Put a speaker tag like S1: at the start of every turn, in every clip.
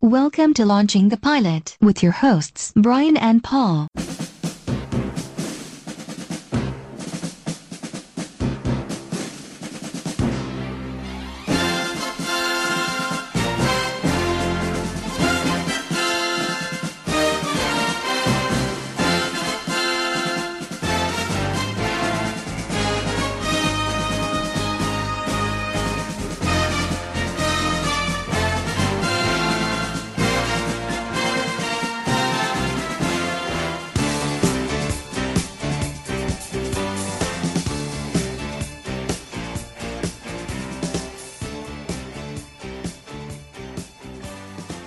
S1: Welcome to Launching the Pilot with your hosts, Brian and Paul.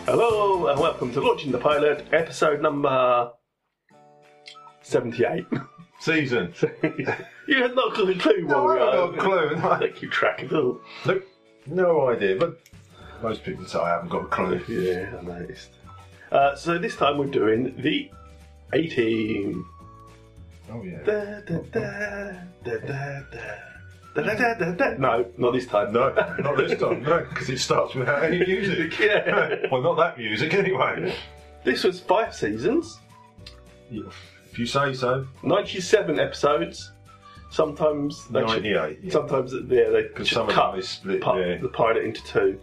S2: Hello and welcome to Launching the Pilot, episode number 78.
S3: season.
S2: you had not got a clue
S3: No,
S2: what
S3: I
S2: we
S3: haven't
S2: are.
S3: got a clue.
S2: I don't keep track at all.
S3: Look, no idea, but most people say I haven't got a clue.
S2: Yeah, I noticed. Uh, so this time we're doing the 18.
S3: Oh yeah.
S2: Da, da, da, da, da, da. Da, da, da, da, da. No, not this time.
S3: No, not this time. No, because it starts without any music.
S2: Yeah.
S3: well, not that music anyway.
S2: This was five seasons,
S3: If you say so.
S2: 97 episodes. Sometimes they should-
S3: 98. yeah.
S2: Sometimes yeah, they
S3: Because
S2: just
S3: some of
S2: cut
S3: them is split,
S2: pu-
S3: yeah.
S2: the pilot into two.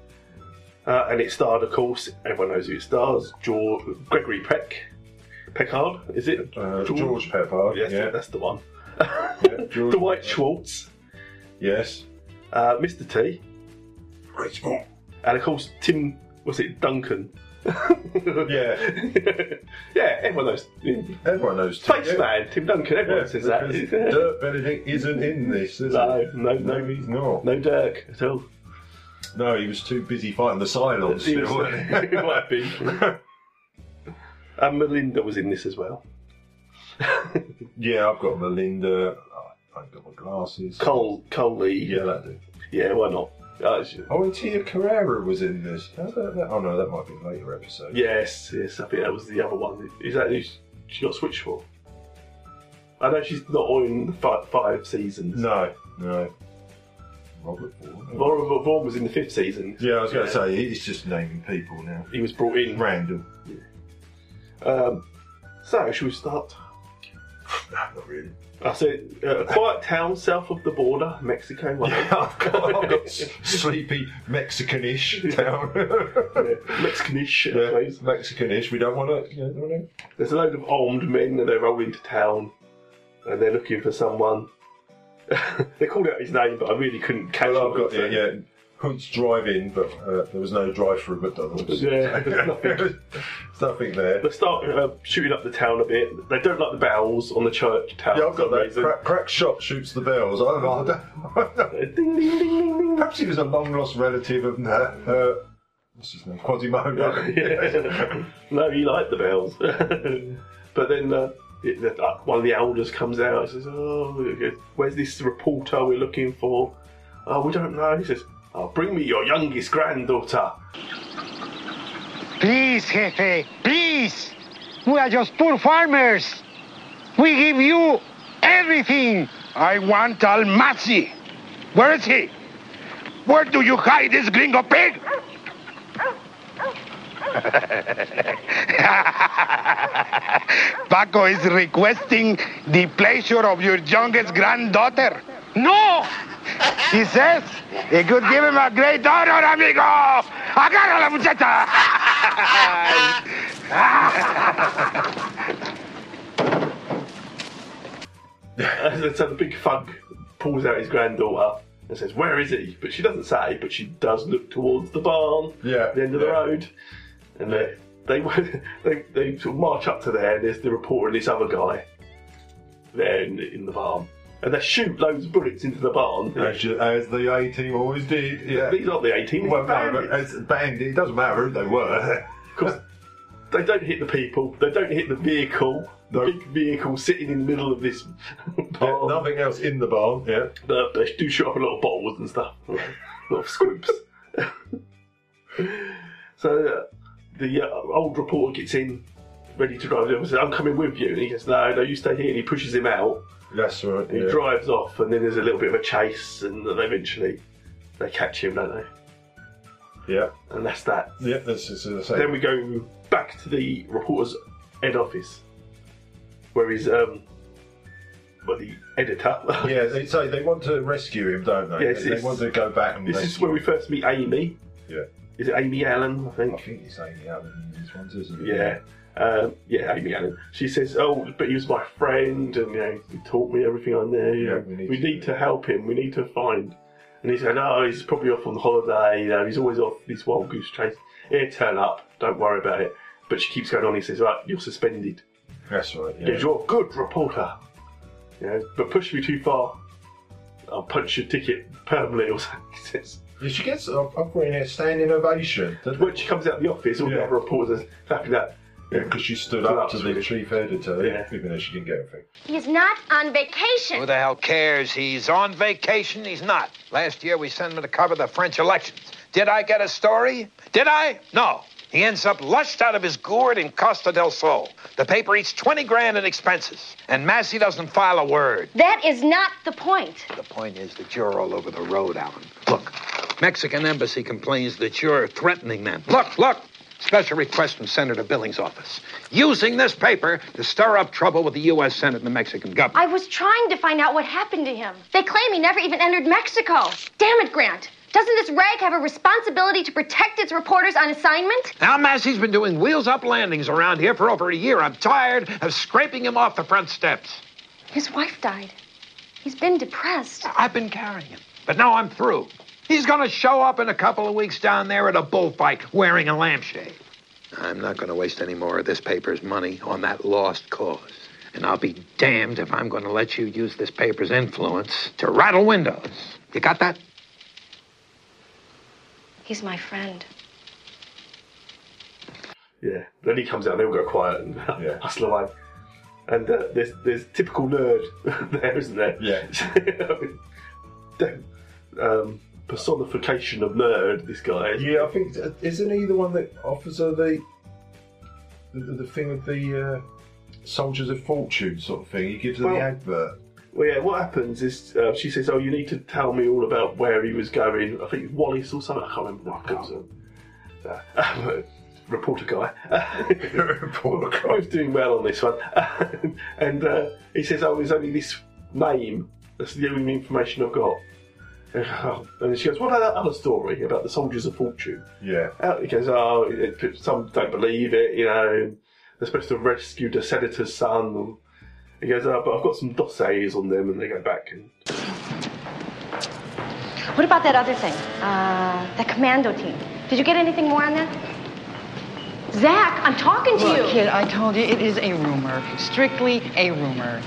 S2: Uh, and it starred, of course, everyone knows who it stars, George, Gregory Peck. Peckard, is it?
S3: Uh, George Peppard.
S2: Yes,
S3: yeah.
S2: that's the one.
S3: yeah, George
S2: Dwight
S3: Peppard.
S2: Schwartz,
S3: Yes.
S2: uh, Mr. T,
S3: Rich Paul.
S2: and of course Tim, was it Duncan?
S3: Yeah.
S2: yeah, everyone knows.
S3: Everyone knows. Tim,
S2: Space
S3: yeah.
S2: Man, Tim Duncan, everyone
S3: Yeah,
S2: says that.
S3: because Dirk Benedict isn't in this, is
S2: No,
S3: he?
S2: no,
S3: No,
S2: no.
S3: he's not.
S2: No Dirk at all.
S3: No, he was too busy fighting the Cylons.
S2: He was-
S3: still.
S2: he might be. And Melinda was in this as well.
S3: Yeah, I've got Melinda. I- I've got my glasses.
S2: Cole, Coley.
S3: Yeah, that do.
S2: Yeah, why not? Uh, sh-
S3: Oh, and Tia Carrera was in this. How about that? Oh no, that might be a later episode.
S2: yes, yes, I think that was the other one. Is that who sh- she got switched for? I know she's not on five, five seasons.
S3: No, no. Robert Vaughan.
S2: Laura Va- Vaughan was in the fifth season.
S3: Yeah, I was going to say he's just naming people now.
S2: He was brought in.
S3: Random.
S2: Um, so, shall we start?
S3: No, not really.
S2: I said, uh, a quiet town south of the border, Mexico. one.
S3: Yeah, I've got, I've got s- sleepy Mexicanish town.
S2: Yeah, Mexicanish, I
S3: yeah,
S2: suppose.
S3: Mexicanish. We don't want to. You know, don't know.
S2: There's a load of armed men and they roll into town and they're looking for someone. they called out his name, but I really couldn't catch
S3: Well, I've
S2: it,
S3: got
S2: so-
S3: yeah, yeah. Hoot's drive-in, but uh, there was no drive-through at McDonald's.
S2: Yeah, there's nothing.
S3: There's nothing there.
S2: They start uh, shooting up the town a bit. They don't like the bells on the church tower.
S3: Yeah,
S2: for
S3: I've
S2: some
S3: got that.
S2: reason.
S3: Crack, crack shot shoots the bells. I don't know. I
S2: Ding,
S3: don't-
S2: ding, ding, ding, ding.
S3: Perhaps he was a long lost relative of uh, uh, what's his name, Quasimodo.
S2: Yeah. no, he liked the bells. but then uh, it, the, uh, one of the elders comes out and says, Oh, where's this reporter we're looking for? Oh, we don't know. He says, Oh, bring me your youngest granddaughter.
S4: Please, Jefe, please. We are just poor farmers. We give you everything. I want Almazi. Where is he? Where do you hide this gringo pig? Paco is requesting the pleasure of your youngest granddaughter. No! He says he could give him a great honor, amigo. Agarra la muchacha.
S2: And so the big thug pulls out his granddaughter and says, Where is he? But she doesn't say, but she does look towards the barn,
S3: Yeah,
S2: the end of the
S3: yeah.
S2: road. And they, they, they, they sort of march up to there, and there's the reporter and this other guy there in, in the barn. And they shoot loads of bullets into the barn.
S3: As, you- as the A team always did. Yeah.
S2: These aren't the 18
S3: Well, no, but
S2: bandits.
S3: as a band, it doesn't matter who they were.
S2: Of course, they don't hit the people, they don't hit the vehicle. The
S3: No.
S2: big vehicle sitting in the middle of this
S3: Yeah,
S2: barn.
S3: nothing else in the barn. Yeah.
S2: But they do shoot up a lot of bottles and stuff, a lot of squibs. so uh, the uh, old reporter gets in, ready to drive. And says, "I'm coming with you," and he goes, "No, no, you stay here." And he pushes him out.
S3: That's right.
S2: And He
S3: yeah.
S2: drives off, and then there's a little bit of a chase, and then eventually they catch him, don't they?
S3: Yeah.
S2: and that's that.
S3: Yeah, this is the same.
S2: Then we go back to the reporter's head office, where he's um, well, the editor.
S3: yeah, they say they want to rescue him, don't they?
S2: Yes,
S3: they
S2: it's-
S3: want to go back and
S2: this
S3: rescue
S2: is where we
S3: him.
S2: first meet Amy.
S3: Yeah.
S2: Is it Amy Allen? I
S3: I
S2: think.
S3: think it's Amy Allen in these ones, isn't it?
S2: Yeah. Um, yeah, Amy Allen. She says, "Oh, but he was my friend, and you know, he taught me everything I knew.
S3: Yeah,
S2: we
S3: we
S2: need,
S3: need
S2: to,
S3: to-
S2: help him. We need to find." And he's going, "Oh, he's probably off on holiday. You know, he's always off this wild goose chase. He'll turn up. Don't worry about it." But she keeps going on. He says, "Right, you're suspended.
S3: That's right. Yeah.
S2: Because you're a good reporter. You know, but push me too far, I'll punch your ticket permanently." Or something. He says.
S3: Yeah, She gets up, up in a standing ovation. doesn't
S2: When she comes out of the office, all the
S3: Yeah.
S2: other reporters are clapping that.
S3: Yeah, because she stood
S2: Well,
S3: up to
S2: absolutely.
S3: the chief editor,
S2: Yeah.
S3: even though she didn't get anything.
S5: He's not on vacation.
S6: Who the hell cares? He's on vacation. He's not. Last year we sent him to cover the French elections. Did I get a story? Did I? No. He ends up lushed out of his gourd in Costa del Sol. The paper eats 20 grand in expenses, and Massey doesn't file a word.
S5: That is not the point.
S6: The point is that you're all over the road, Alan. Look, Mexican embassy complains that you're threatening them. Look, look. Special request from Senator Billings' office. Using this paper to stir up trouble with the U.S. Senate and the Mexican government.
S5: I was trying to find out what happened to him. They claim he never even entered Mexico. Damn it, Grant. Doesn't this rag have a responsibility to protect its reporters on assignment?
S6: Al Massey's been doing wheels up landings around here for over a year. I'm tired of scraping him off the front steps.
S5: His wife died. He's been depressed.
S6: I've been carrying him, but now I'm through. He's going to show up in a couple of weeks down there at a bullfight wearing a lampshade. I'm not going to waste any more of this paper's money on that lost cause. And I'll be damned if I'm going to let you use this paper's influence to rattle windows. You got that?
S5: He's my friend.
S2: Yeah. Then he comes out, they all go quiet and
S3: Yeah.
S2: hustle away. And uh, there's there's typical nerd there, isn't there?
S3: Yeah.
S2: Damn, um, personification of nerd, this guy. is.
S3: Yeah, I think isn't he the one that offers her the the, the, the thing of the uh, soldiers of fortune sort of thing? He gives her
S2: Well-
S3: the advert.
S2: Well, yeah, what happens is uh, she says, Oh, you need to tell me all about where he was going. I think it's Wallace or something. I can't remember. what it was.
S3: Oh.
S2: Uh, reporter guy.
S3: Poor
S2: I
S3: guy.
S2: was doing well on this one. and uh, he says, Oh, there's only this name. That's the only information I've got. And she goes, What about that other story about the soldiers of fortune?
S3: Yeah,
S2: Out he goes, Oh, it, it- some don't believe it, you know, and they're supposed to rescue the senator's son. And he goes, Oh, but I've got some dossiers on them. And they go back and
S5: What about that other thing? Uh, the commando team. Did you get anything more on that? Zach, I'm talking to
S7: Look,
S5: you.
S7: kid, I told you it is a rumor. Strictly a rumor.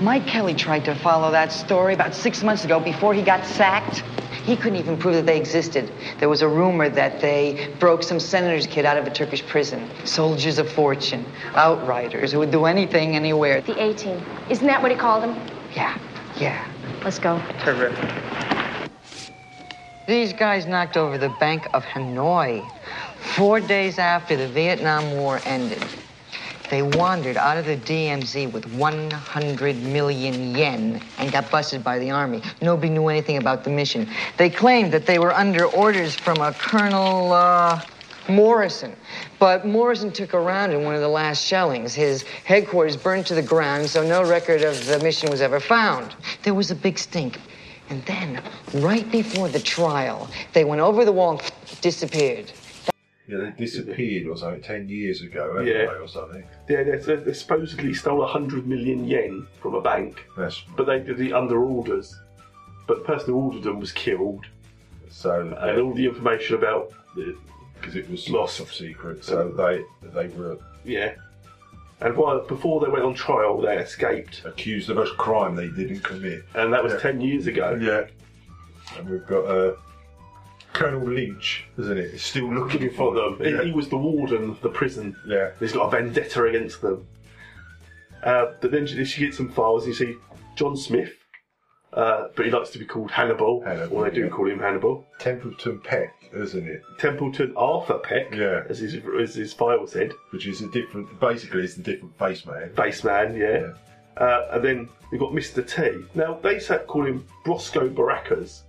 S7: Mike Kelly tried to follow that story about six months ago before he got sacked. He couldn't even prove that they existed. There was a rumor that they broke some senator's kid out of a Turkish prison. Soldiers of fortune, outriders who would do anything, anywhere.
S5: The A team. Isn't that what he called them?
S7: Yeah, yeah.
S5: Let's go.
S7: Terrific. These guys knocked over the Bank of Hanoi four days after the Vietnam War ended. They wandered out of the DMZ with 100 million yen and got busted by the army. Nobody knew anything about the mission. They claimed that they were under orders from a Colonel uh, Morrison. But Morrison took a round in one of the last shellings. His headquarters burned to the ground, so no record of the mission was ever found. There was a big stink. And then, right before the trial, they went over the wall and disappeared.
S3: yeah, they disappeared or something ten years ago, haven't
S2: Yeah.
S3: they, or something?
S2: yeah, they, they, they supposedly stole 100 million yen from a bank,
S3: That's
S2: but they did it under orders. But the person who ordered them was killed.
S3: so.
S2: and all the information about the
S3: because it was
S2: Lost.
S3: loss of secret, so they they were
S2: yeah. And while before they went on trial, they escaped,
S3: accused of a crime they didn't commit.
S2: and that was
S3: Yeah.
S2: ten years ago.
S3: Yeah. And we've got uh, Colonel Lynch, isn't it? Still looking,
S2: Looking for them, He-
S3: Yeah.
S2: he, was the warden of the prison.
S3: Yeah.
S2: he's got a vendetta against them. Uh, but then she, she gets some files, and you see John Smith, uh, but he likes to be called Hannibal,
S3: Hannibal,
S2: or they do
S3: yeah.
S2: call him Hannibal.
S3: Templeton Peck, isn't it?
S2: Templeton Arthur Peck,
S3: Yeah.
S2: as his as his file said,
S3: Which is a different, basically, it's a different face man.
S2: baseman, yeah.
S3: Yeah.
S2: Uh, and then we've got Mr. T. Now, they sa- call him Brosco Baracas,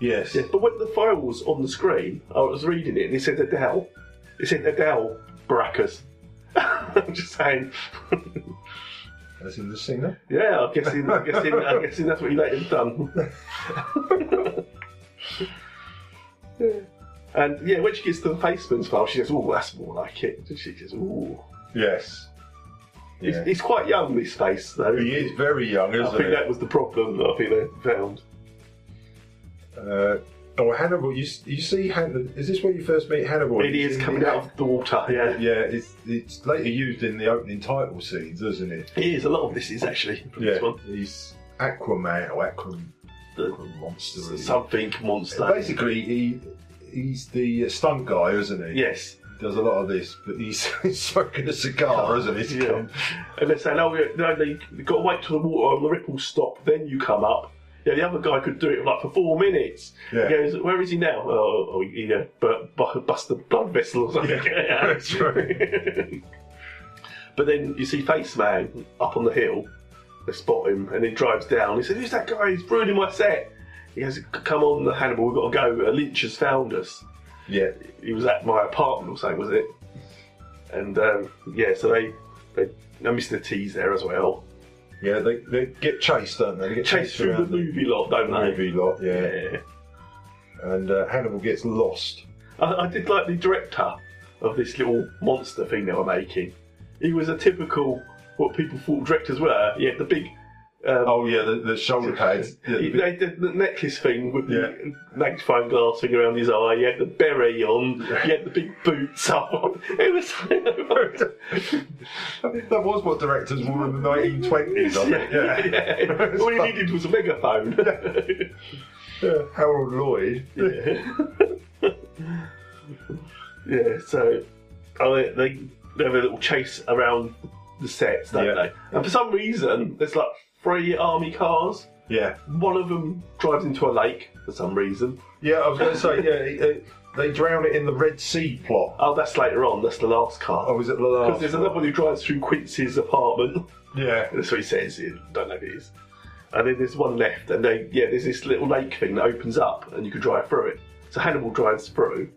S3: Yes.
S2: Yeah, but when the file was on the screen, I was reading it and it said Adele. It said Adele Baracus. I'm just saying.
S3: As in the singer.
S2: yeah, I'm guessing, I'm, guessing, I'm guessing that's what you later done. Yeah. And yeah, when she gets to the basement's file, she goes, "Oh, that's more like it." And she goes, "Oh,
S3: Yes.
S2: he's,
S3: Yeah.
S2: he's quite young, this face though."
S3: he is very young,
S2: I
S3: isn't
S2: think
S3: he?
S2: that was the problem that I think they found.
S3: Uh, oh, Hannibal. You s- you see, Han- is this where you first meet Hannibal?
S2: It is
S3: In
S2: coming
S3: the-
S2: out of the water. Yeah,
S3: Yeah, it's it's later used in the opening title scenes, isn't it?
S2: it is. A lot of this is actually from
S3: Yeah,
S2: this one.
S3: he's Aquaman or Aquam
S2: The
S3: monster. really.
S2: something monster.
S3: Basically, he he's the stunt guy, isn't he?
S2: Yes.
S3: He does a lot of this, but he's, he's smoking a cigar, isn't he? He's
S2: Oh, Yeah.
S3: come-
S2: And they're saying, oh, yeah, no, no, you've got to wait till the water on the ripples stop, then you come up. Yeah, the other guy could do it like for four minutes.
S3: Yeah.
S2: He goes, where is he now? Oh, oh you know, but, but bust the blood vessel or something.
S3: Yeah, that's
S2: right. but then you see Face Man up on the hill. They spot him and then drives down. He says, who's that guy? He's ruining my set. He goes, come on, Hannibal, we've got to go. A lynch has found us
S3: yeah.
S2: he was at my apartment or something, was it? And um, yeah, so they they I missed the tease there as well.
S3: Yeah, they, they get chased, don't they? They get
S2: Chase
S3: chased
S2: through the
S3: around
S2: movie lot, don't they?
S3: movie lot, yeah.
S2: Yeah.
S3: And uh, Hannibal gets lost.
S2: I, I did like the director of this little monster thing they were making. He was a typical what people thought directors were. He had the big. Um,
S3: Oh yeah, the, the shoulder pads. Yeah,
S2: he-
S3: the
S2: they did the necklace thing with
S3: Yeah.
S2: the magnifying glass thing around his eye. He had the beret on. He had the big boots on. It was.
S3: I mean, that was what directors wore in the 1920s, I think. Yeah.
S2: Yeah. All he needed was a megaphone.
S3: Yeah, Harold Lloyd.
S2: yeah, so oh, they, they they have a little chase around the sets, don't
S3: Yeah.
S2: they? And for some reason, there's like three army cars.
S3: Yeah.
S2: One of them drives into a lake for some reason.
S3: Yeah, I was going to say, yeah, he- he- they drown it in the Red Sea plot.
S2: Oh, that's later on. That's the last car.
S3: Oh, was it the
S2: Because
S3: last?
S2: there's another one who drives through Quincy's apartment.
S3: Yeah.
S2: That's what he says. I don't know if it is. And then there's one left, and they yeah, there's this little lake thing that opens up, and you can drive through it. So Hannibal drives through.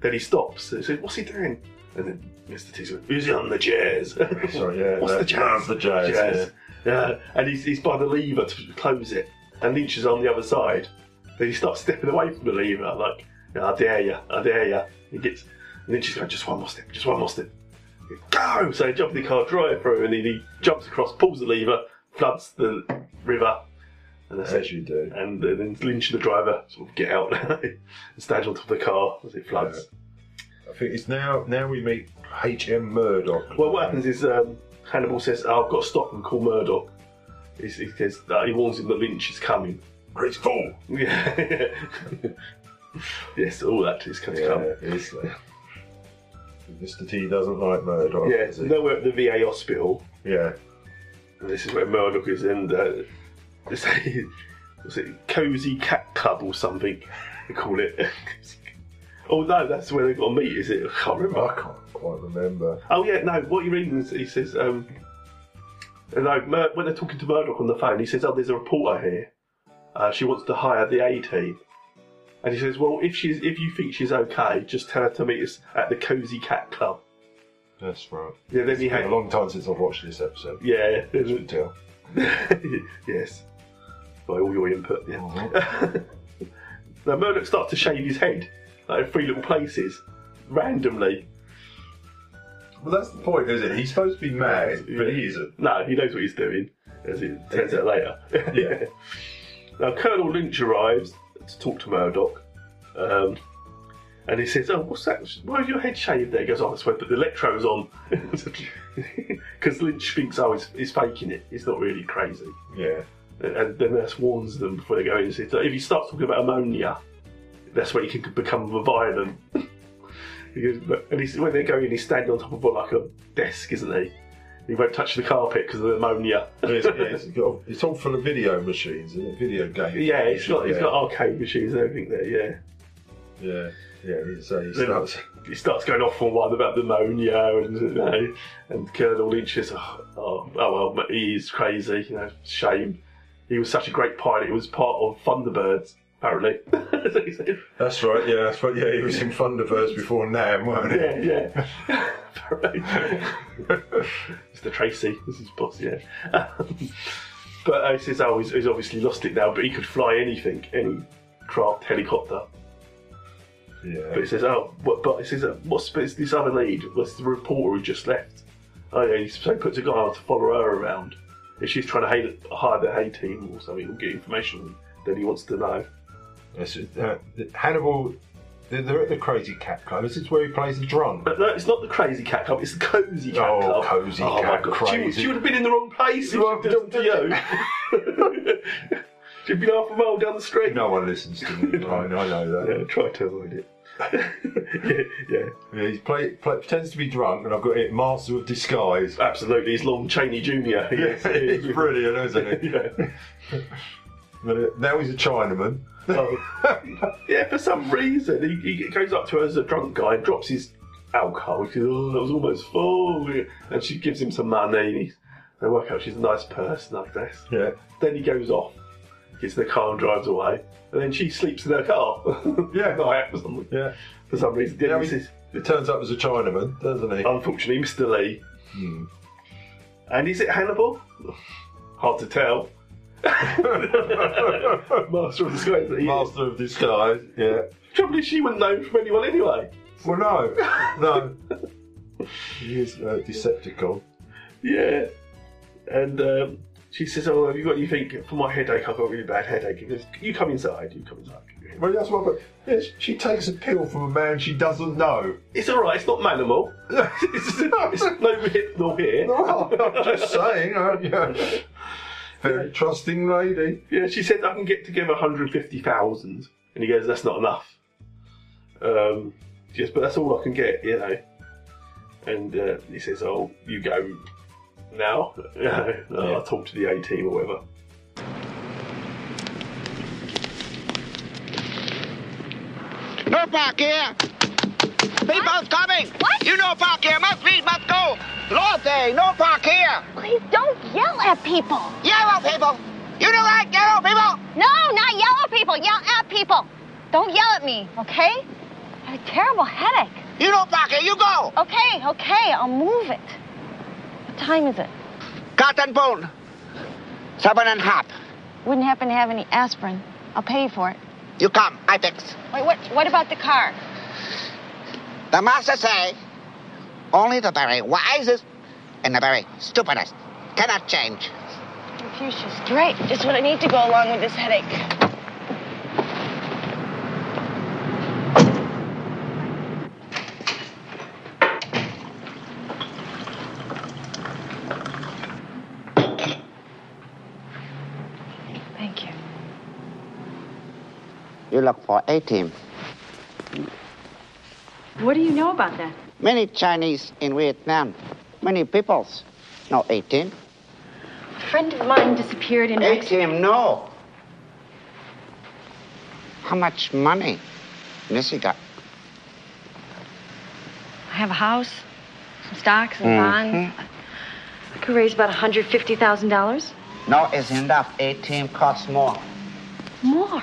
S2: Then he stops. And he says, "What's he doing?" And then Mr. T says, "Who's on the chairs?"
S3: Sorry, yeah.
S2: What's the
S3: that-
S2: jazz?
S3: that's The jazz.
S2: Jazz. Yeah. And he's, he's by the lever to close it, and Lynch is on the other side. Then he starts stepping away from the lever, like, "I dare you, I dare you." He gets, and Lynch is going, "Just one more step, just one more step." Go! So he jumps in the car, drive through, and then he jumps across, pulls the lever, floods the river, and that's
S3: yeah. As
S2: it.
S3: you do.
S2: And then Lynch and the driver sort of get out and stand on top of the car as it floods.
S3: I think it's now. Now we meet H.M. Murdoch.
S2: Well, what happens is um, Hannibal says, oh, "I've got to stop and call Murdoch." He, he says uh, he warns him that Lynch is coming.
S3: It's full.
S2: Yeah. yes, all that is going to
S3: Yeah,
S2: come.
S3: it's, uh, Mr. T doesn't like Murdoch.
S2: Yeah,
S3: does
S2: so
S3: he?
S2: now we're at the VA hospital.
S3: Yeah.
S2: And this is where Murdoch is, and uh, they say, was it Cozy Cat Club or something? They call it. oh no, that's where they've got to meet. Is it? I can't remember.
S3: I can't quite remember.
S2: Oh yeah, no. What you're reading is he says, um, no, Mur- when they're talking to Murdoch on the phone, he says, "Oh, there's a reporter here. Uh, she wants to hire the A team." And he says, "Well, if she's if you think she's okay, just tell her to meet us at the Cozy Cat Club."
S3: That's right.
S2: Yeah, then he
S3: It's been
S2: had
S3: a long time since I've watched this episode.
S2: yeah,
S3: As you can tell.
S2: yes, by all your input. Yeah. Now Murdoch starts to shave his head like in three little places randomly.
S3: Well, that's the point, is it? He's supposed to be mad, but he isn't.
S2: No, he knows what he's doing, as it turns out later.
S3: Yeah.
S2: Now, Colonel Lynch arrives to talk to Murdoch, um, and he says, "Oh, what's that? Why is your head shaved?" There, he goes, "Oh, that's where the electro's on," because Lynch thinks, "Oh, he's, he's faking it. It's not really crazy."
S3: Yeah.
S2: And- And the nurse warns them before they go in. and Says, "If you start talking about ammonia, that's where you can become violent." He goes, "But-" and he's, when they go in, he's standing on top of like a desk, isn't he? He won't touch the carpet because of the ammonia.
S3: It's, it's, got- it's all full of video machines and it? video games.
S2: Yeah, it's got,
S3: yeah.
S2: it's got arcade machines and everything there, yeah.
S3: Yeah, yeah. So he
S2: Then-
S3: starts.
S2: He starts going off on one about the ammonia and, you know, and Colonel Lynch is, oh, oh, oh, well, but he is crazy, you know, shame. He was such a great pilot, he was part of Thunderbirds. apparently. That's what he said.
S3: That's right. Yeah, that's right. Yeah, he was in Thunderbirds before Nam, weren't he?
S2: Yeah, yeah. Apparently. Mr. Tracy, this is boss, yeah. Um, but uh, he says, oh, he's, he's obviously lost it now, but he could fly anything, any craft, helicopter. But he
S3: Yeah.
S2: says, oh, what, but he says, uh, what's what's this other lead? What's the reporter who just left? Oh, yeah, he so he puts a guy on to follow her around. If she's trying to hay, hire the hay team or something, or get information that he wants to know.
S3: That's it. Uh, Hannibal. They're, they're at the Crazy Cat Club. This is where he plays the drum.
S2: But no, it's not the crazy cat club, it's the cozy cat
S3: Oh,
S2: club.
S3: cozy
S2: oh,
S3: cat,
S2: my God. She- She,
S3: crazy.
S2: would have been in the wrong place if
S3: Well,
S2: she'd done to you. She'd been half a mile down the street.
S3: No one listens to me. I, I know that.
S2: Yeah, try to avoid it. yeah, yeah,
S3: Yeah, he play, play, pretends to be drunk, and I've got it Master of Disguise.
S2: absolutely. He's Long Cheney Jr. Yes, he is.
S3: it's brilliant, isn't it?
S2: Yeah.
S3: But, uh, now he's a Chinaman.
S2: Oh. yeah, for some reason, he, he goes up to her as a drunk guy and drops his alcohol. He says, Oh, that was almost full. And she gives him some money. And he, they work out she's a nice person, I guess.
S3: Yeah.
S2: Then he goes off, gets in the car and drives away. And then she sleeps in her car.
S3: Yeah.
S2: night or something.
S3: Yeah.
S2: For some reason. Then
S3: Yeah,
S2: he
S3: he-
S2: says,
S3: It turns up as a Chinaman, doesn't he?
S2: Unfortunately, Mr. Lee.
S3: Hmm.
S2: And is it Hannibal? Hard to tell. Master of the Sky.
S3: Master of Disguise. Yeah.
S2: Trouble is, she wouldn't know from anyone anyway.
S3: Well, no, no. he is uh, Decepticon.
S2: Yeah. And um, she says, Oh, have you got anything for my headache? I've got a really bad headache. He goes, You come inside, you come inside.
S3: Well, that's what. But yeah, she takes a pill from a man she doesn't know.
S2: It's alright, it's not manimal. it's, it's no hip nor here.
S3: Well, I'm just saying. Uh, yeah. Very trusting lady.
S2: Yeah, she said, I can get together 150,000. And he goes, That's not enough. Um, yes, but that's all I can get, you know. And uh, he says, Oh, you go now. You know, I'll talk to the A team or whatever.
S8: No park here. People's coming.
S5: What?
S8: You know park here. Must leave, must go. Lord day, no park here.
S5: Please don't yell at people.
S8: Yellow people. You don't like yellow people?
S5: No, not yellow people. Yell at people. Don't yell at me, okay? I have a terrible headache.
S8: You know park here. You go.
S5: Okay, okay, I'll move it. What time is it?
S8: Cut and bone. Seven and half.
S5: Wouldn't happen to have any aspirin. I'll pay you for it.
S8: You come. I fix.
S5: Wait, what? What about the car?
S8: The master say, only the very wisest and the very stupidest cannot change.
S5: Confucius, great. Just what I need to go along with this headache. Thank you.
S8: You look for a team.
S5: What do you know about that?
S8: Many Chinese in Vietnam, many peoples. No, 18.
S5: A friend of mine disappeared in Mexico.
S8: team, no. How much money Missy got?
S5: I have a house, some stocks and bonds. I could raise about $150,000.
S8: No, it's enough. A team costs more.
S5: More.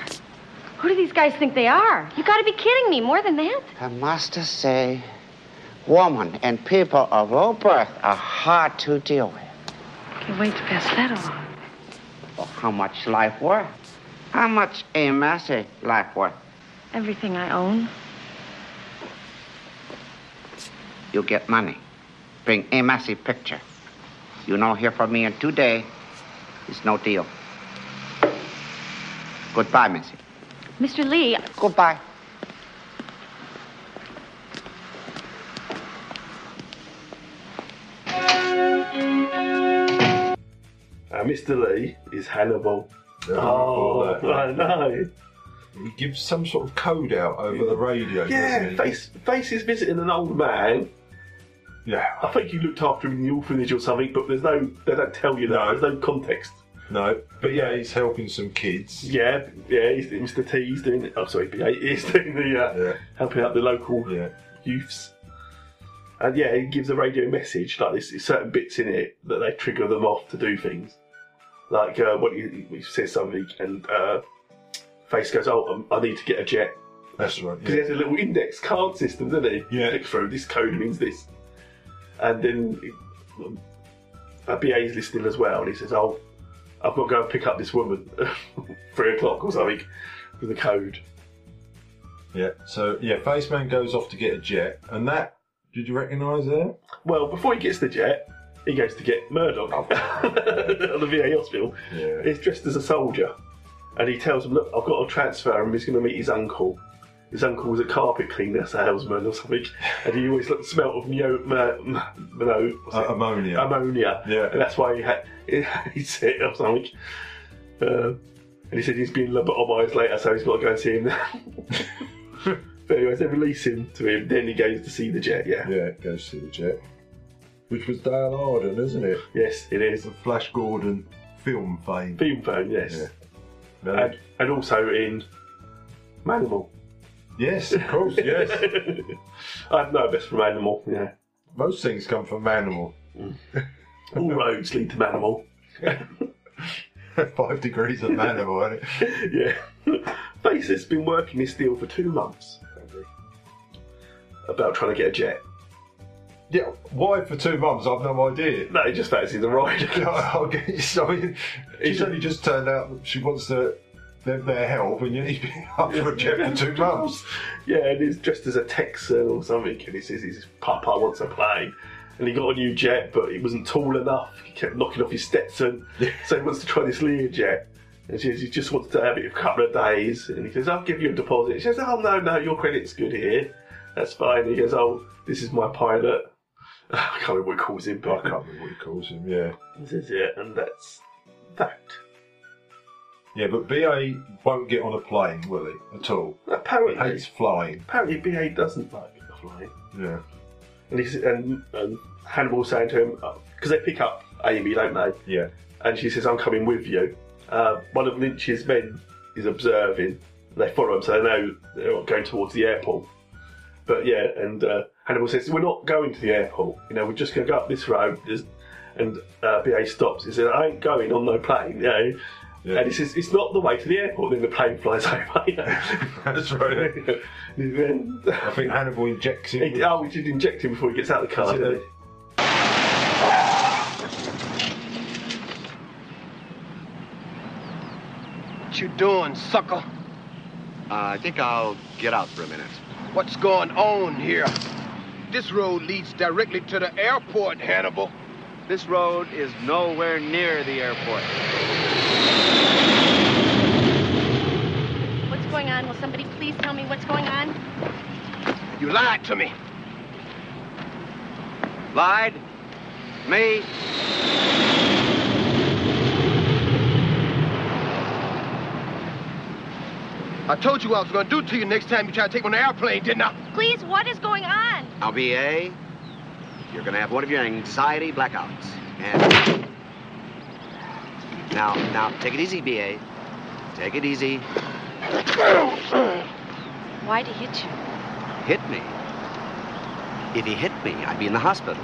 S5: Who do these guys think they are? You gotta be kidding me. More than that?
S8: The master say, woman and people of all birth are hard to deal with.
S5: Can't wait to pass that along.
S8: Well, how much life worth? How much a massive life worth?
S5: Everything I own.
S8: You get money. Bring a massive picture. You know here for me in two days. It's no deal. Goodbye, Missy.
S5: Mr. Lee,
S8: Goodbye.
S2: Uh, Mr. Lee is Hannibal.
S3: Oh,
S2: I know.
S3: He gives some sort of code out over the radio. doesn't
S2: Yeah,
S3: he?
S2: face, face is visiting an old man.
S3: Yeah.
S2: I think you looked after him in the orphanage or something, but there's no, they don't tell you that.
S3: No.
S2: There's no context.
S3: No, but yeah, he's helping some kids.
S2: Yeah, yeah. He's, Mr. T's doing. Oh, sorry, B8 is doing the uh,
S3: Yeah.
S2: helping out the local
S3: Yeah.
S2: youths. And yeah, he gives a radio message like there's certain bits in it that they trigger them off to do things. Like uh, when he, he says something and uh, Face goes, oh, um, I need to get a jet.
S3: That's right.
S2: Because he
S3: Yeah.
S2: has a little index card system, doesn't he?
S3: Yeah.
S2: Click through, this code means this. And then um, a BA's listening as well, and he says, Oh, I've got to go and pick up this woman three o'clock or something with the code.
S3: yeah. So yeah, Faceman goes off to get a jet, and that did you recognise that?
S2: Well, before he gets the jet, he goes to get Murdoch at the VA hospital.
S3: Oh, Yeah.
S2: He's dressed as a soldier, and he tells him, "Look, I've got a transfer, and he's going to meet his uncle. His uncle was a carpet cleaner salesman or something, and he always looked, smelt of neo, ma, ma, no, what's
S3: Uh,
S2: it?
S3: ammonia.
S2: ammonia.
S3: Yeah.
S2: and that's why he had he said or something. Uh, and he said he's been lobotomized later, so he's got to go and see him now. but anyways, they release him to him. Then he goes to see the jet. Yeah.
S3: yeah, goes to the jet, which was Dale Arden, isn't it?
S2: Yes, it is.
S3: The Flash Gordon film fame.
S2: Beam phone. Yes.
S3: Yeah.
S2: And, and also in Manimal.
S3: yes, of course. Yes,
S2: I have Uh, no best from Manimal. Yeah. Mm.
S3: most things come from Manimal.
S2: All roads lead to Manimal.
S3: Five degrees of Manimal, ain't it?
S2: yeah. Face has been working this deal for two months. About trying to get a jet.
S3: Yeah, why for two months? I've no idea.
S2: No, he just fancy the
S3: No,
S2: ride.
S3: I'll get you. so, I mean, she's only just turned out that she wants to, their, their help, and yet he's been up for a jet for two months.
S2: yeah, and he's dressed as a Texan or something, and he says his papa wants a plane. And he got a new jet, but it wasn't tall enough. He kept knocking off his Stetson. so he wants to try this Learjet. And she says, he just wants to have it a couple of days. And he says, I'll give you a deposit. She says, oh, no, no, your credit's good here. That's fine. he goes, oh, this is my pilot. I can't remember what he calls him,
S3: I
S2: but
S3: can't remember what he calls him, yeah.
S2: this is it. And that's that.
S3: Yeah, but BA won't get on a plane, will he? At all. He
S2: Apparently,
S3: hates flying.
S2: apparently BA doesn't like flying.
S3: Yeah.
S2: And, he's, and, and Hannibal's saying to him, because they pick up Amy, don't they?
S3: Yeah.
S2: And she says, I'm coming with you. Uh, one of Lynch's men is observing. They follow him, so they know they're not going towards the airport. But yeah, and uh, Hannibal says, We're not going to the airport. You know, we're just going to go up this road. There's, and uh, BA stops. He says, I ain't going on no plane. You know?
S3: Yeah.
S2: And he says, It's not the way to the airport. Then the plane flies over. You know?
S3: That's right.
S2: And then-
S3: I think Hannibal injects him.
S2: He-
S3: with-
S2: oh, we did inject him before he gets out of the car.
S3: Is it
S2: didn't
S3: a-
S2: he?
S4: What you doing, sucker?
S9: Uh, I think I'll get out for a minute.
S4: What's going on here? This road leads directly to the airport, Hannibal.
S9: This road is nowhere near the airport.
S5: What's going on? Will somebody please tell me what's going on?
S4: You lied to me.
S9: Lied? Me?
S4: I told you what I was going to do to you next time you try to take me on the airplane, didn't I?
S5: Please, what is going on?
S9: I'll be A. You're gonna have one of your anxiety blackouts. And now, now, take it easy, BA. Take it easy.
S5: Why'd he hit you?
S9: Hit me. If he hit me, I'd be in the hospital.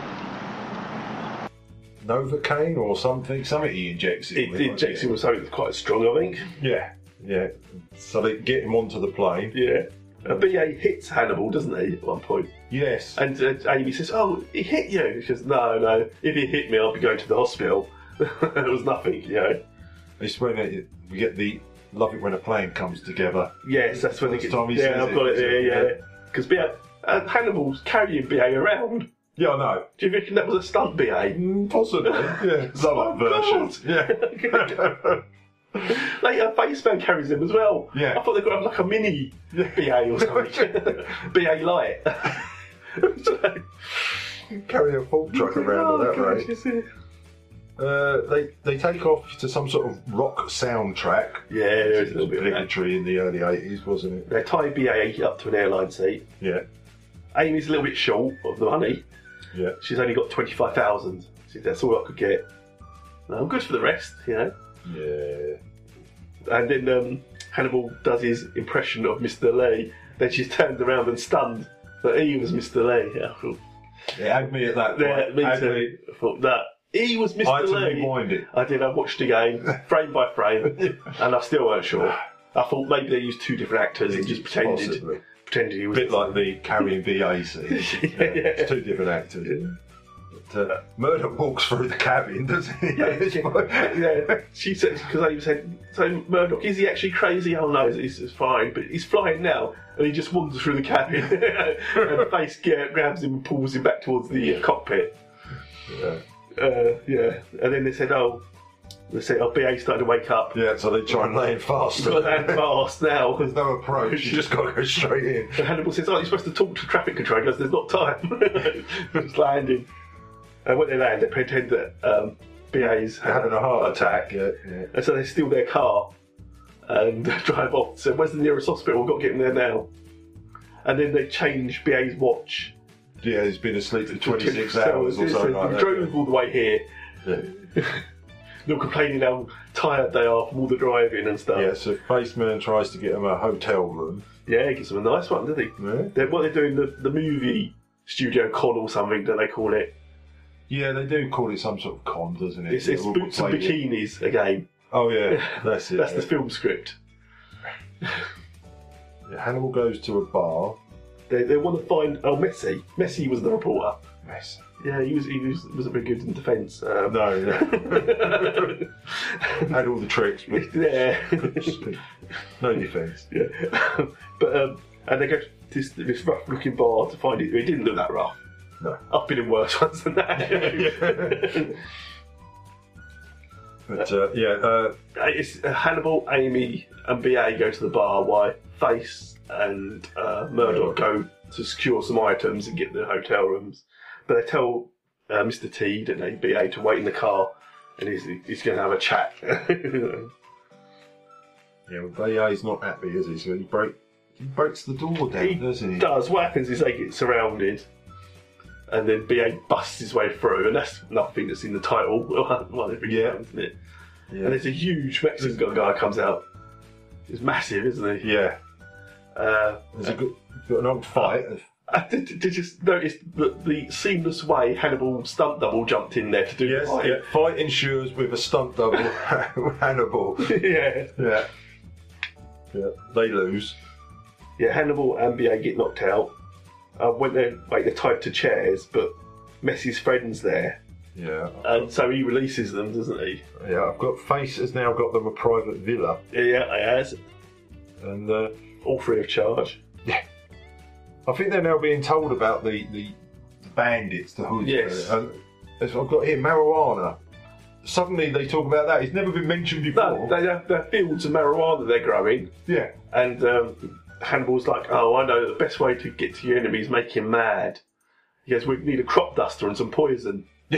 S3: Novocaine or something. Something he injects him
S2: It,
S3: with.
S2: it injects him with something that's quite strong, I think.
S3: Yeah. Yeah. So they get him onto the plane.
S2: Yeah. A BA hits Hannibal, doesn't he, at one point?
S3: Yes.
S2: And uh, Amy says, Oh, he hit you. She says, No, no, if he hit me, I'll be going to the hospital. it was nothing, you know.
S3: It's when it, we get the love it when a plane comes together.
S2: Yes, that's when they
S3: First
S2: get.
S3: time he
S2: Yeah,
S3: says
S2: I've got
S3: it,
S2: it there,
S3: yeah.
S2: yeah. Because BA, uh, Hannibal's carrying BA around.
S3: Yeah, I know.
S2: Do you reckon that was a stunt BA?
S3: Mm, possibly. Yeah. Some
S2: Oh,
S3: versions. Yeah.
S2: Later, Faceman carries him as well.
S3: Yeah.
S2: I thought they got like a mini BA or something. BA light.
S3: Carry a fault truck around at that
S2: gosh,
S3: rate.
S2: is it?
S3: Uh, they they take off to some sort of rock soundtrack.
S2: Yeah, there is
S3: It
S2: a
S3: was
S2: little bit of that.
S3: obligatory in the early eighties, wasn't it?
S2: They tie BA up to an airline seat.
S3: Yeah,
S2: Amy's a little bit short of the money.
S3: yeah.
S2: She's only got 25,000. She said, That's all I could get. And I'm good for the rest, you know.
S3: Yeah.
S2: And then um, Hannibal does his impression of Mr. Lee. Then she's turned around and stunned that he was Mr. Lee. I thought,
S3: It had me at that point.
S2: yeah, me
S3: Had
S2: too. I thought, that he was Mr.
S3: I had to
S2: Lee.
S3: rewind it.
S2: I did. I watched again, frame by frame, and I still weren't sure. I thought maybe they used two different actors and just pretended
S3: Possibly.
S2: pretended he
S3: A
S2: was
S3: bit like the carrying VA scene.
S2: Yeah.
S3: It's two different actors. But, uh, Murdoch walks through the cabin, doesn't he?
S2: yeah, she said because I said so Murdoch is he actually crazy? Oh no, he's, he's fine, but he's flying now, and he just wanders through the cabin, and face Garrett grabs him and pulls him back towards the uh, cockpit.
S3: Yeah.
S2: Uh, yeah, and then they said, oh, they said, oh, BA started to wake up.
S3: Yeah, so they try and land
S2: Got that
S3: faster.
S2: fast now.
S3: There's no approach, you just got to go straight in.
S2: And Hannibal says, "Oh, you're supposed to talk to traffic control." He goes, "There's not time." it's landing, and when they land, they pretend that um, BA's
S3: Having a heart attack. Yeah, yeah.
S2: and so they steal their car and drive off. So where's the nearest hospital? We've got to get in there now. And then they change BA's watch.
S3: yeah, he's been asleep for
S2: to
S3: 26 hours or
S2: It
S3: something
S2: says,
S3: like
S2: "We
S3: that.
S2: drove all the way here.
S3: Yeah.
S2: They're complaining how tired they are from all the driving and stuff.
S3: Yeah, so Faceman tries to get him a hotel room.
S2: Yeah, he gets them a nice one, doesn't he?
S3: Yeah.
S2: They're, what they're doing, the, the movie studio con or something that they call it.
S3: Yeah, they do call it some sort of con, doesn't it?
S2: It's, it's
S3: Yeah,
S2: boots and
S3: we'll play it.
S2: bikinis again.
S3: Oh yeah, that's it.
S2: That's the
S3: yeah.
S2: film script.
S3: Hannibal goes to a bar.
S2: They, they want to find oh Messi. Messi was the reporter.
S3: Yes.
S2: Yeah, he was he was wasn't very good in defence. Um,
S3: No, no. had all the tricks, but
S2: yeah,
S3: no defence.
S2: yeah. but um, and they go to this, this rough looking bar to find it. It didn't look that rough.
S3: No.
S2: I've been in worse ones than that.
S3: But uh, yeah, uh,
S2: it's Hannibal, Amy, and BA go to the bar. Why Face and uh, Murdoch go to secure some items and get the hotel rooms. But they tell uh, Mr. T, don't they, BA, to wait in the car, and he's he's going to have a chat.
S3: yeah, well, BA's not happy, is he? So he break he breaks the door down,
S2: he
S3: doesn't he?
S2: does. What happens is they get surrounded, and then BA busts his way through, and that's nothing that's in the title. One every
S3: Yeah.
S2: time, isn't it? And
S3: Yeah.
S2: there's a huge Mexican guy comes out. He's massive, isn't he?
S3: yeah.
S2: Uh,
S3: There's a good, got an old fight.
S2: I did, did you just notice that the seamless way Hannibal stunt double jumped in there to do the fight?
S3: yeah. Fight ensures with a stunt double, Hannibal.
S2: yeah.
S3: Yeah. Yeah. They lose.
S2: Yeah, Hannibal and BA get knocked out. Uh, when they like they're tied to chairs, but Messi's friend's there,
S3: Yeah.
S2: and so he releases them, doesn't he?
S3: Yeah, I've got Face has now got them a private villa,
S2: Yeah, he has.
S3: and uh,
S2: All free of charge.
S3: I think they're now being told about the the bandits, the hoods.
S2: Yes.
S3: And as I've got here marijuana. Suddenly they talk about that. It's never been mentioned
S2: No,
S3: before.
S2: they have their fields of marijuana they're growing,
S3: yeah.
S2: and um, Hannibal's like, "Oh, I know the best way to get to your enemy is make him mad." He goes, "We need a crop duster and some poison."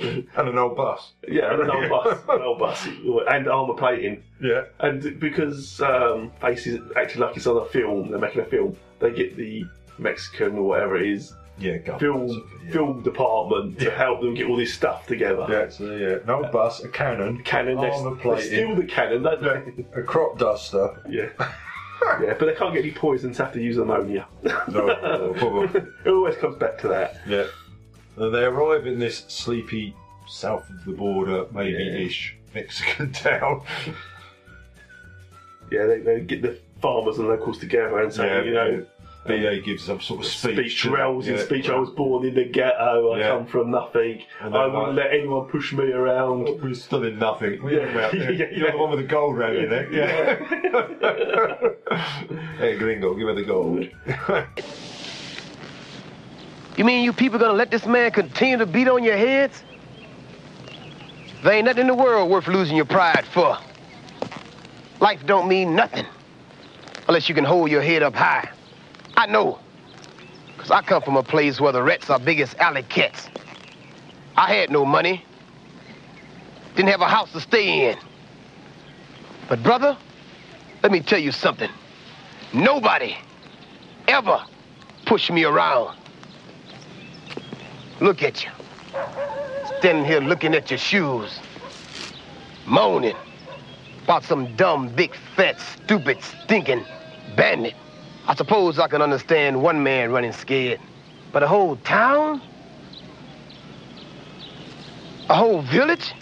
S3: And an old bus.
S2: Yeah, and an old bus, an old bus, and armor plating.
S3: Yeah.
S2: uh, And because um, Face is acting like it's on a film, they're making a film. They get the Mexican or whatever it is
S3: Yeah. Guns.
S2: film
S3: yeah.
S2: film department to help them get all this stuff together. Uh,
S3: Yeah, so yeah, an old bus, a cannon,
S2: Cannon, they,
S3: armor
S2: they steal
S3: plating,
S2: the cannon, don't they?
S3: a crop duster.
S2: Yeah. yeah, but they can't get any poisons, have to use ammonia.
S3: No, no, probably.
S2: it always comes back to that.
S3: Yeah. And they arrive in this sleepy south of the border, maybe ish Mexican town.
S2: Yeah, they, they get the farmers and locals together and say,
S3: Yeah.
S2: you know, um,
S3: BA gives some sort of speech.
S2: speech, rails in
S3: Yeah.
S2: speech, I was born in the ghetto, I
S3: Yeah.
S2: come from nothing,
S3: And
S2: I
S3: then,
S2: wouldn't
S3: like-
S2: let anyone push me around.
S3: We're still in nothing. What are you
S2: Yeah.
S3: about?
S2: Yeah,
S3: You're
S2: yeah.
S3: the one with the gold round your neck. Yeah. hey, gringo, give her the gold.
S4: You mean you people gonna let this man continue to beat on your heads? There ain't nothing in the world worth losing your pride for. Life don't mean nothing unless you can hold your head up high. I know, 'cause I come from a place where the rats are big as alley cats. I had no money, didn't have a house to stay in. But, brother, let me tell you something. Nobody ever pushed me around. Look at you. Standing here looking at your shoes. Moaning about some dumb, big, fat, stupid, stinking bandit. I suppose I can understand one man running scared. But a whole town? A whole village?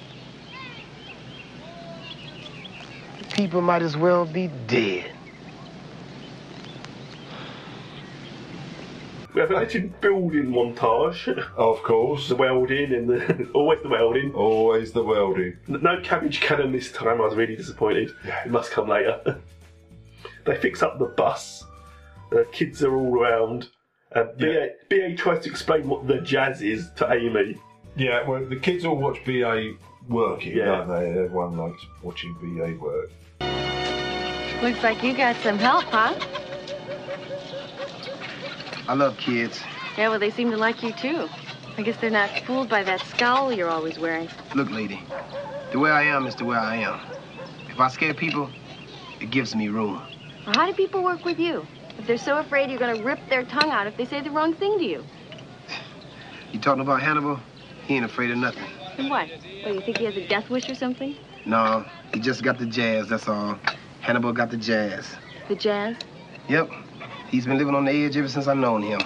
S4: people might as well be dead.
S2: We have an actual building montage.
S3: Of course.
S2: The welding and the always the welding.
S3: Always the welding.
S2: No cabbage cannon this time. I was really disappointed. It must come later. they fix up the bus. The kids are all around. And BA, BA tries to explain what the jazz is to Amy.
S3: Yeah, well, the kids all watch BA working,
S2: Yeah.
S3: don't they? Everyone likes watching BA work.
S10: Looks like you got some help, huh?
S4: I love kids.
S10: Yeah, well, they seem to like you too. I guess they're not fooled by that scowl you're always wearing.
S4: Look, lady, the way I am is the way I am. If I scare people, it gives me room.
S10: Well, how do people work with you? If they're so afraid you're going to rip their tongue out if they say the wrong thing to you.
S4: You talking about Hannibal? He ain't afraid of nothing.
S10: Then what? Well, you think he has a death wish or something?
S4: No, he just got the jazz, that's all. Hannibal got the jazz.
S10: The jazz?
S4: Yep. He's been living on the edge ever since I've known him.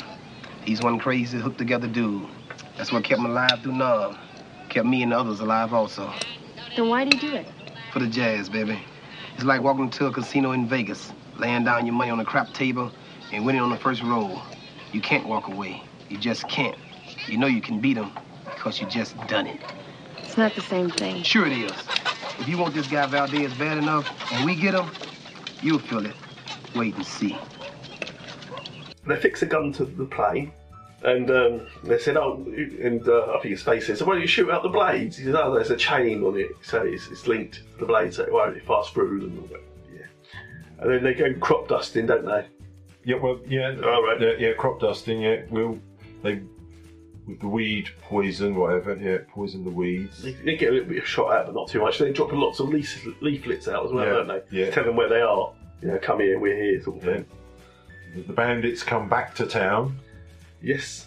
S4: He's one crazy, hooked together dude. That's what kept him alive through numb. Kept me and the others alive also.
S10: Then why'd he do it?
S4: For the jazz, baby. It's like walking to a casino in Vegas, laying down your money on a crap table and winning on the first roll. You can't walk away. You just can't. You know you can beat him because you just done it.
S10: It's not the same thing.
S4: Sure it is. If you want this guy Valdez bad enough and we get him, you'll feel it. Wait and see.
S2: they fix a gun to the plane, and um, they said, "Oh," and uh, I think his face says, "So "Why don't you shoot out the blades?" He says, "Oh, there's a chain on it, so it's, it's linked to the blades, so it won't it fast through." And all that. yeah, and then they go crop dusting, don't they?
S3: Yeah, well, yeah,
S2: All right.
S3: yeah, yeah, crop dusting, yeah, will they with the weed poison, whatever, yeah, poison the weeds.
S2: They, they get a little bit of shot out, but not too much. They drop lots of leaf, leaflets out as well,
S3: Yeah,
S2: don't they?
S3: yeah.
S2: Tell them where they are. You know, come here, we're here, sort of
S3: Yeah.
S2: thing.
S3: The bandits come back to town.
S2: Yes.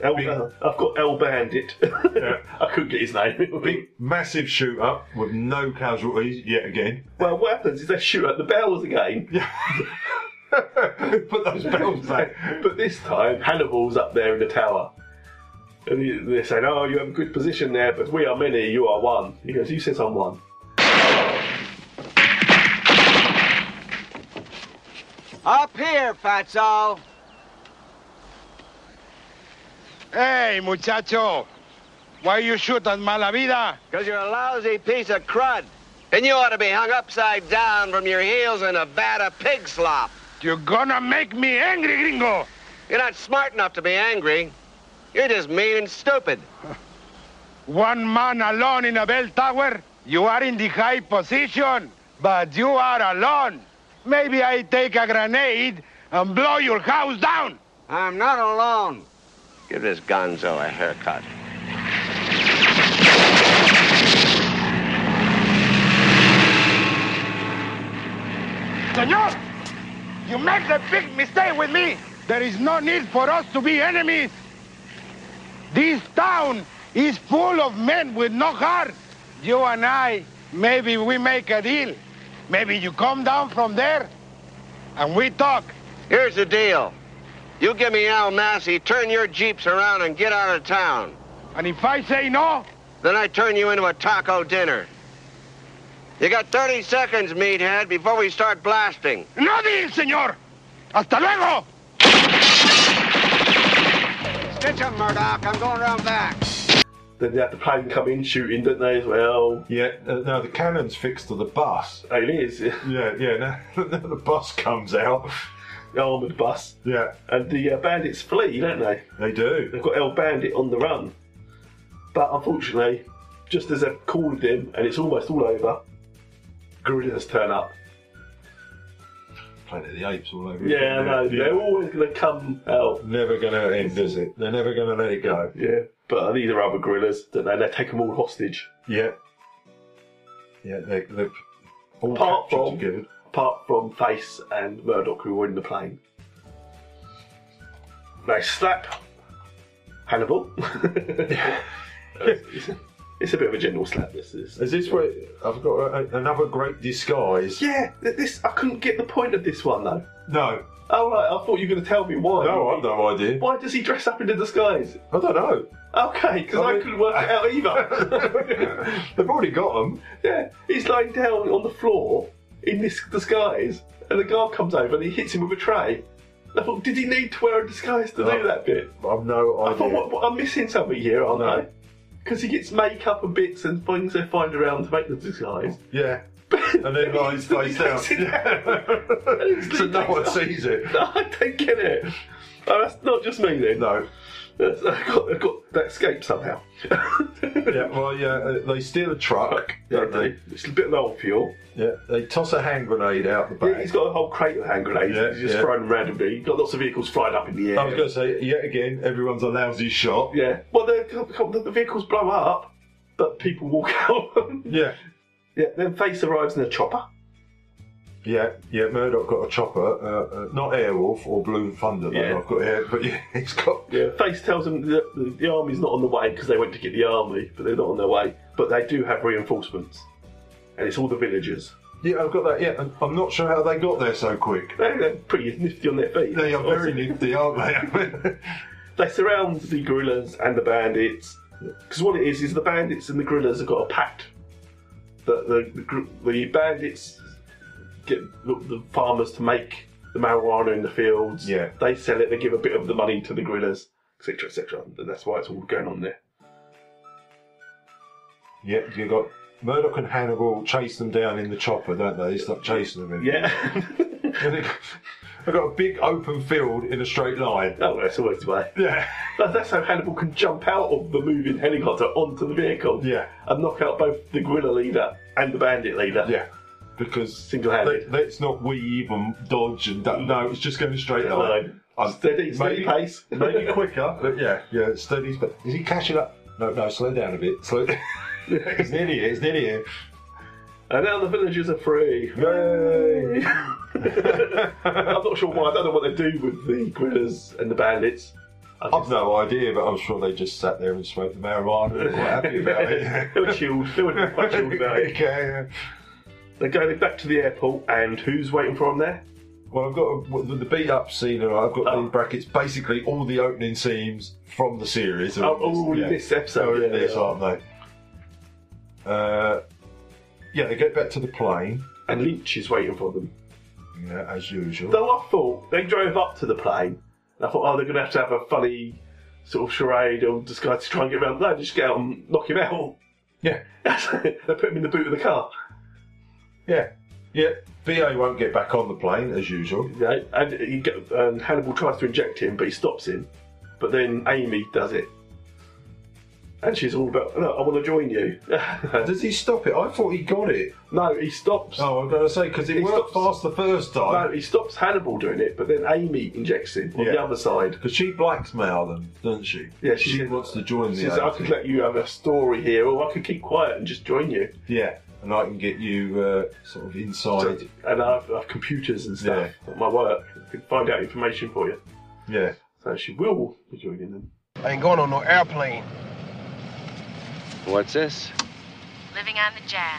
S2: El,
S3: Big-
S2: uh, I've got El Bandit. I couldn't get his name.
S3: Big massive shoot up with no casualties yet again.
S2: well, what happens is they shoot at the bells again.
S3: Put those bells back.
S2: But this time, Hannibal's up there in the tower. And he- they're saying, Oh, you have a good position there, but we are many, you are one. He goes, You says I'm one.
S9: Up here, Fatso.
S4: Hey, muchacho, why you shoot at Malavida?
S9: Because you're a lousy piece of crud. And you ought to be hung upside down from your heels in a vat of pig slop.
S4: You're gonna make me angry, gringo.
S9: You're not smart enough to be angry. You're just mean and stupid.
S4: One man alone in a bell tower. You are in the high position, but you are alone. Maybe I take a grenade and blow your house down.
S9: I'm not alone. Give this gonzo a haircut.
S4: Senor, you make the big mistake with me. There is no need for us to be enemies. This town is full of men with no heart. You and I, maybe we make a deal. Maybe you come down from there and we talk.
S9: Here's the deal. You give me Al Massey, turn your jeeps around and get out of town.
S4: And if I say no,
S9: Then I turn you into a taco dinner. You got 30 seconds, meathead, before we start blasting.
S4: No deal, señor. Hasta luego.
S9: Stitch 'em, Murdoch. I'm going around back.
S2: Then they have the plane come in shooting, don't they, as well? Oh,
S3: Yeah, uh, now the cannon's fixed to the bus.
S2: It is.
S3: Yeah, yeah, now, now the bus comes out.
S2: The armoured bus.
S3: Yeah,
S2: And the uh, bandits flee, don't they?
S3: they do.
S2: They've got El Bandit on the run. But unfortunately, just as they've called them, and it's almost all over, gorillas turn up.
S3: Planet of the Apes all over
S2: Yeah,
S3: again.
S2: no, they're always going to come out.
S3: Never going to end, is it? They're never going to let it go.
S2: Yeah, but these are other gorillas, don't they? They take them all hostage,
S3: Yeah. Yeah, they, they're all
S2: Apart
S3: captured
S2: from-
S3: together.
S2: apart from Face and Murdoch, who were in the plane. They slap Hannibal. it's, it's a bit of a general slap, this is.
S3: Is this where I've got a, a- another great disguise?
S2: Yeah, th- this I couldn't get the point of this one though.
S3: No,
S2: Oh right, I thought you were going to tell me why.
S3: no, I've no idea.
S2: Why does he dress up in the disguise?
S3: I don't know.
S2: Okay, because I,
S3: mean-
S2: couldn't work it out either.
S3: They've already got them.
S2: yeah, he's lying down on the floor in this disguise, and the guard comes over and he hits him with a tray. And I thought, did he need to wear a disguise to do
S3: No.
S2: that bit?
S3: I've no
S2: I
S3: idea.
S2: thought, what, what, I'm missing something here, aren't
S3: No.
S2: I? Because he gets makeup and bits and things they find around to make the disguise.
S3: Yeah. And then lies
S2: Instantly
S3: face down.
S2: takes it
S3: Yeah. so no one sees it.
S2: No, I don't get it. Oh, that's not just me then.
S3: No.
S2: That's, I, got, I got that escaped somehow.
S3: Yeah, well, yeah, uh, they steal a truck,
S2: Don't
S3: don't they?
S2: they? It's a bit low fuel.
S3: Yeah, they toss a hand grenade out the
S2: Yeah,
S3: back.
S2: he's got a whole crate of hand grenades.
S3: Yeah,
S2: he's just
S3: yeah.
S2: thrown randomly. He's got lots of vehicles fried up in the air.
S3: I was going to say, yet again, everyone's a lousy shot.
S2: Yeah. Well, the, the vehicles blow up, but people walk out.
S3: Yeah,
S2: yeah. Then Face arrives in a chopper.
S3: yeah, yeah. Murdoch got a chopper, uh, uh, not Airwolf or Blue Thunder. that
S2: Yeah.
S3: I've got here, but yeah, he's got.
S2: Yeah. Face tells them that the, the army's not on the way because they went to get the army, but they're not on their way. But they do have reinforcements, and it's all the villagers.
S3: Yeah, I've got that. Yeah, and I'm not sure how they got there so quick.
S2: They're, they're pretty nifty on their feet.
S3: They are very nifty, aren't they?
S2: They surround the gorillas and the bandits because what it is is the bandits and the gorillas have got a pact that the the, gr- the bandits get the, the farmers to make the marijuana in the fields.
S3: Yeah.
S2: they sell it. They give a bit of the money to the gorillas, etc., etc. And that's why it's all going on there.
S3: yeah, you got Murdoch and Hannibal chase them down in the chopper, don't they? They start chasing them. In.
S2: Yeah.
S3: And they- They've got a big open field in a straight line.
S2: oh, that's always the way.
S3: Yeah.
S2: But that's how Hannibal can jump out of the moving helicopter onto the vehicle.
S3: Yeah.
S2: and knock out both the gorilla leader and the bandit leader.
S3: Yeah, because
S2: Single-handed.
S3: Let, us not weave and dodge and that. No, it's just going straight
S2: No.
S3: line. I'm-
S2: Steady- steady pace.
S3: maybe quicker. But yeah, yeah, steady. But is he catching up? No, no, slow down a bit. Slow. it's nearly here. It's nearly here.
S2: And now the villagers are free.
S3: Yay!
S2: I'm not sure why. I don't know what they do with the gorillas and the bandits. I
S3: I've
S2: guess-
S3: no idea, but I'm sure they just sat there and smoked the marijuana and were happy about it.
S2: they were chilled. They were quite chilled about it.
S3: Okay.
S2: They're going back to the airport, and who's waiting for them there?
S3: Well, I've got a, well, the beat up scene, and I've got
S2: Oh.
S3: in brackets basically all the opening scenes from the series.
S2: Oh, all in this episode,
S3: They're in
S2: yeah,
S3: this,
S2: yeah.
S3: aren't they? Uh, yeah, they get back to the plane,
S2: And Leech is waiting for them.
S3: yeah, as usual.
S2: Though I thought they drove up to the plane, and I thought, oh, they're going to have to have a funny sort of charade or disguise to try and get around. No, just get out and knock him out.
S3: yeah,
S2: they put him in the boot of the car.
S3: yeah, yeah. BA won't get back on the plane as usual.
S2: You know, and, he go- and Hannibal tries to inject him, but he stops him. But then Amy does it. And she's all about, no, I want to join you.
S3: Does he stop it? I thought he got it.
S2: no, he stops.
S3: Oh, I'm going to say because it
S2: He
S3: worked
S2: stops-
S3: fast the first
S2: No,
S3: time.
S2: he stops Hannibal doing it, but then Amy injects him on the
S3: Yeah.
S2: other side.
S3: Because she blackmailed them, doesn't she?
S2: Yeah, she did.
S3: wants to join
S2: She
S3: the.
S2: says, I
S3: AT.
S2: could let you have a story here, or I could keep quiet and just join you.
S3: Yeah, and I can get you uh, sort of
S2: So-
S3: inside.
S2: and I've, I've computers and stuff at my work. I can find out information for you.
S3: Yeah.
S2: So she will be joining them.
S4: I ain't going on no airplane.
S11: What's this?
S12: Living on the jazz.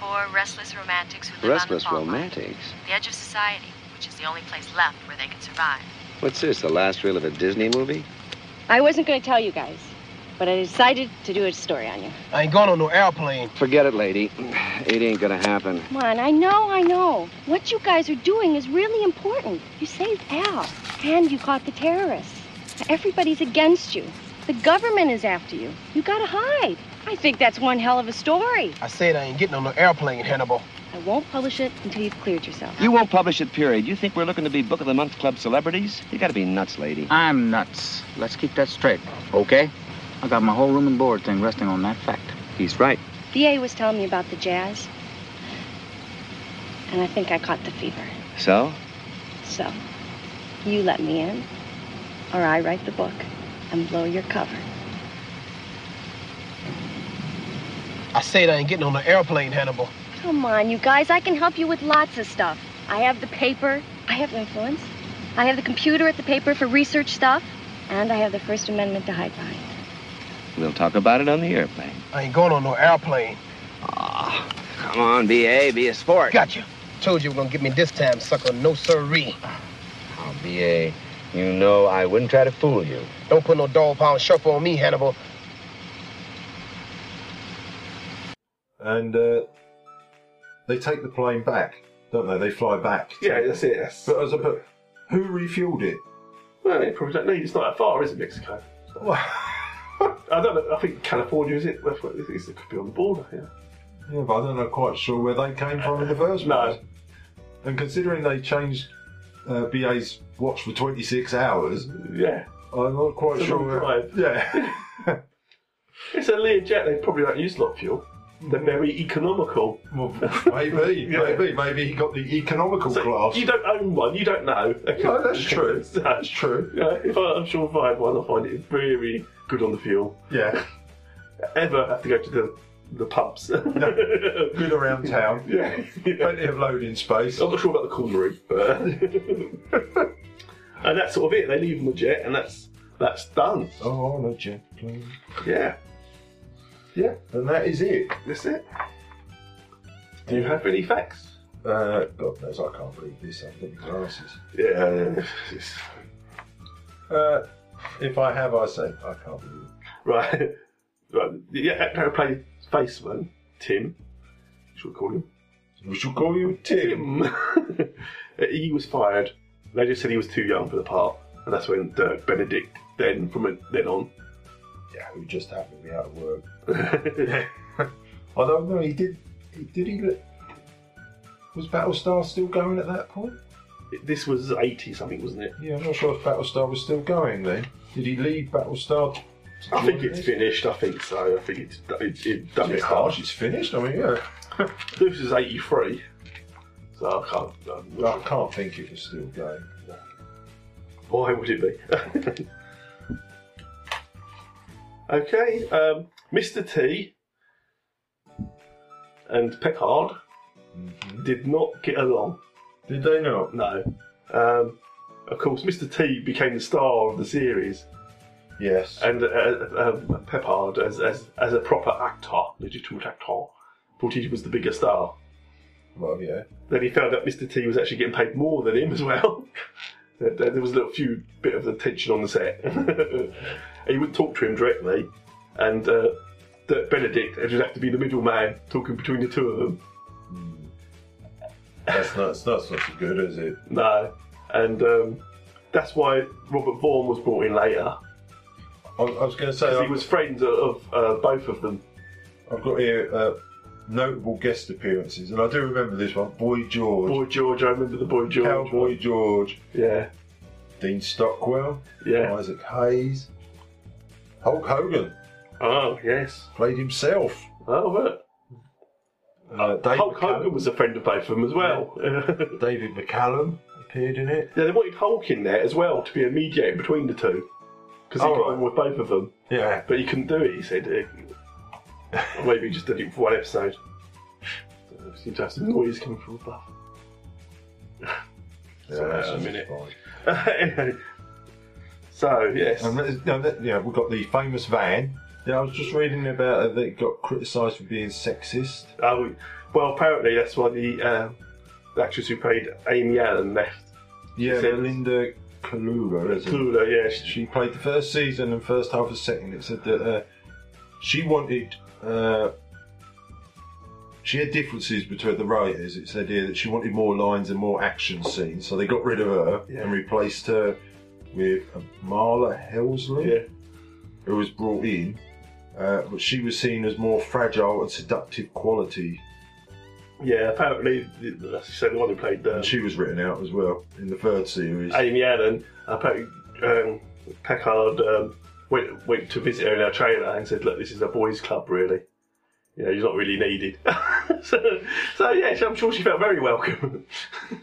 S12: Four restless romantics who live
S11: Restless
S12: on the fault line,
S11: romantics.
S12: the edge of society, which is the only place left where they can survive.
S11: What's this? The last reel of a Disney movie?
S5: I wasn't going to tell you guys, but I decided to do a story on you.
S4: I ain't going on no airplane.
S11: Forget it, lady. It ain't gonna happen.
S5: Come on, I know, I know. What you guys are doing is really important. You saved Al, and you caught the terrorists. Everybody's against you. The government is after you. You gotta hide. I think that's one hell of a story.
S4: I said I ain't getting on no airplane, Hannibal.
S5: I won't publish it until you've cleared yourself.
S11: You won't publish it, period. You think we're looking to be Book of the Month Club celebrities? You gotta be nuts, lady.
S13: I'm nuts. Let's keep that straight, okay? I got my whole room and board thing resting on that fact.
S11: He's right.
S5: VA was telling me about the jazz, and I think I caught the fever.
S11: So?
S5: So, you let me in, or I write the book and blow your cover.
S4: I said I ain't getting on no airplane, Hannibal.
S5: Come on, you guys, I can help you with lots of stuff. I have the paper, I have influence, I have the computer at the paper for research stuff, and I have the First Amendment to hide behind.
S11: We'll talk about it on the airplane.
S4: I ain't going on no airplane.
S11: Ah, come on, B.A., be a sport.
S4: Gotcha. Told you you were gonna get me this time, sucker. No siree.
S11: Oh, B.A., you know I wouldn't try to fool you.
S4: Don't put no dog pound shuffle on me, Hannibal.
S3: And uh, they take the plane back. don't they? They fly back.
S2: Yeah, that's it. That's...
S3: But as a but, who refueled it?
S2: Well, they probably don't need. It's not that far, is it, Mexico? It's not- I don't know. I think California is it. That's what it is. It could be on the border. Yeah.
S3: Yeah, but I don't know quite sure where they came from in the first
S2: No.
S3: place. And considering they changed uh, BA's watch for 26 hours,
S2: Yeah.
S3: I'm not quite
S2: It's a
S3: sure.
S2: long
S3: where-
S2: drive.
S3: Yeah.
S2: It's a Learjet. They probably don't use a lot of fuel. They're very economical.
S3: Well, Mm. maybe,
S2: Yeah.
S3: maybe, maybe he got the economical
S2: So
S3: class.
S2: You don't own one. You don't know.
S3: No, that's true.
S2: So,
S3: That's true.
S2: yeah, if I, I'm sure if I had one, I find it very good on the fuel.
S3: Yeah,
S2: Ever have to go to the the pubs?
S3: good around town.
S2: yeah.
S3: Plenty of loading space.
S2: I'm not sure about the culinary, but and that's sort of it. They leave on the jet, and that's that's done.
S3: Oh, on a jet plane.
S2: Yeah, yeah,
S3: And that is it.
S2: that's it. Do you have any facts?
S3: Uh, God knows, I can't read this. I've got glasses.
S2: Yeah, it's-
S3: Uh, if I have, I say I can't believe it.
S2: right, right. Yeah, Hector played Faceman Tim. Should we call him
S3: We shall call you Tim.
S2: Tim? he was fired. They just said he was too young for the part, and that's when Dirk Benedict then from then on.
S3: Yeah, who just happened to be out of work. I don't know. He did. He, did he? Look, was Battlestar still going at that point?
S2: this was eighty something, wasn't it?
S3: Yeah, I'm not sure if Battlestar was still going then. Did he leave Battlestar? to
S2: I think
S3: join
S2: it's
S3: this?
S2: finished. I think so. I think it's it, it done
S3: It's
S2: its
S3: harsh.
S2: harsh.
S3: It's finished. I mean, yeah.
S2: This is eighty three, so I can't. Um,
S3: I can't think it was still going.
S2: why would it be? okay, um, Mr. T and Peckard did not get along.
S3: Mm-hmm. Did they not?
S2: No. Um, of course, Mr. T became the star of the series,
S3: Yes.
S2: and uh, um, Peppard, as, as as a proper actor, legitimate actor, thought he was the bigger star.
S3: well, yeah.
S2: Then he found out Mr. T was actually getting paid more than him as well. there there was a little few bit of the tension on the set. he wouldn't talk to him directly, and uh, Dirk Benedict would have to be the middleman talking between the two of them.
S3: That's not. That's not so good, is it?
S2: No, and um, that's why Robert Vaughan was brought in later.
S3: I, I was going to say um,
S2: 'cause
S3: I've,
S2: He was friends of, of uh, both of them.
S3: I've got here uh, notable guest appearances, and I do remember this one: Boy George,
S2: Boy George, I remember the Boy George.
S3: Cowboy
S2: one.
S3: George,
S2: Yeah,
S3: Dean Stockwell,
S2: yeah.
S3: Isaac Hayes, Hulk Hogan
S2: Oh, yes.
S3: played himself.
S2: Oh, look.
S3: Uh, Dave
S2: Hulk
S3: McCall-
S2: Hogan was a friend of both of them as well.
S3: David McCallum appeared in it.
S2: Yeah, they wanted Hulk in there as well to be a mediator between the two because he
S3: Oh,
S2: got
S3: right.
S2: on with both of them,
S3: Yeah.
S2: but he couldn't do it. He said, uh, or maybe he just did it for one episode. So, seems to have some noise coming from above.
S3: Yeah, that's
S2: a minute.
S3: fine.
S2: so yes,
S3: And that- no, that- yeah, we've got the famous van. Yeah, I was just reading about it that it got criticised for being sexist.
S2: Oh, well apparently that's why the, uh, the actress who played Amy Allen left.
S3: Yeah,
S2: Sexist.
S3: Linda Kalula, isn't it?
S2: Cluedo, yeah, she,
S3: She played the first season and first half of second. It said that uh, she wanted. Uh, she had differences between the writers. It said here that she wanted more lines and more action scenes, so they got rid of her
S2: Yeah.
S3: and replaced her with uh, Marla Helsley,
S2: yeah,
S3: who was brought in. Uh, but she was seen as more fragile and seductive quality,
S2: yeah. Apparently, the, as you say, the one who played uh,
S3: and she was written out as well in the third series.
S2: Amy Allen, apparently uh, um, Packard um, went went to visit her in her trailer and said, "Look, this is a boys' club, really. You know, you're not really needed." so, so yeah, so I'm sure she felt very welcome.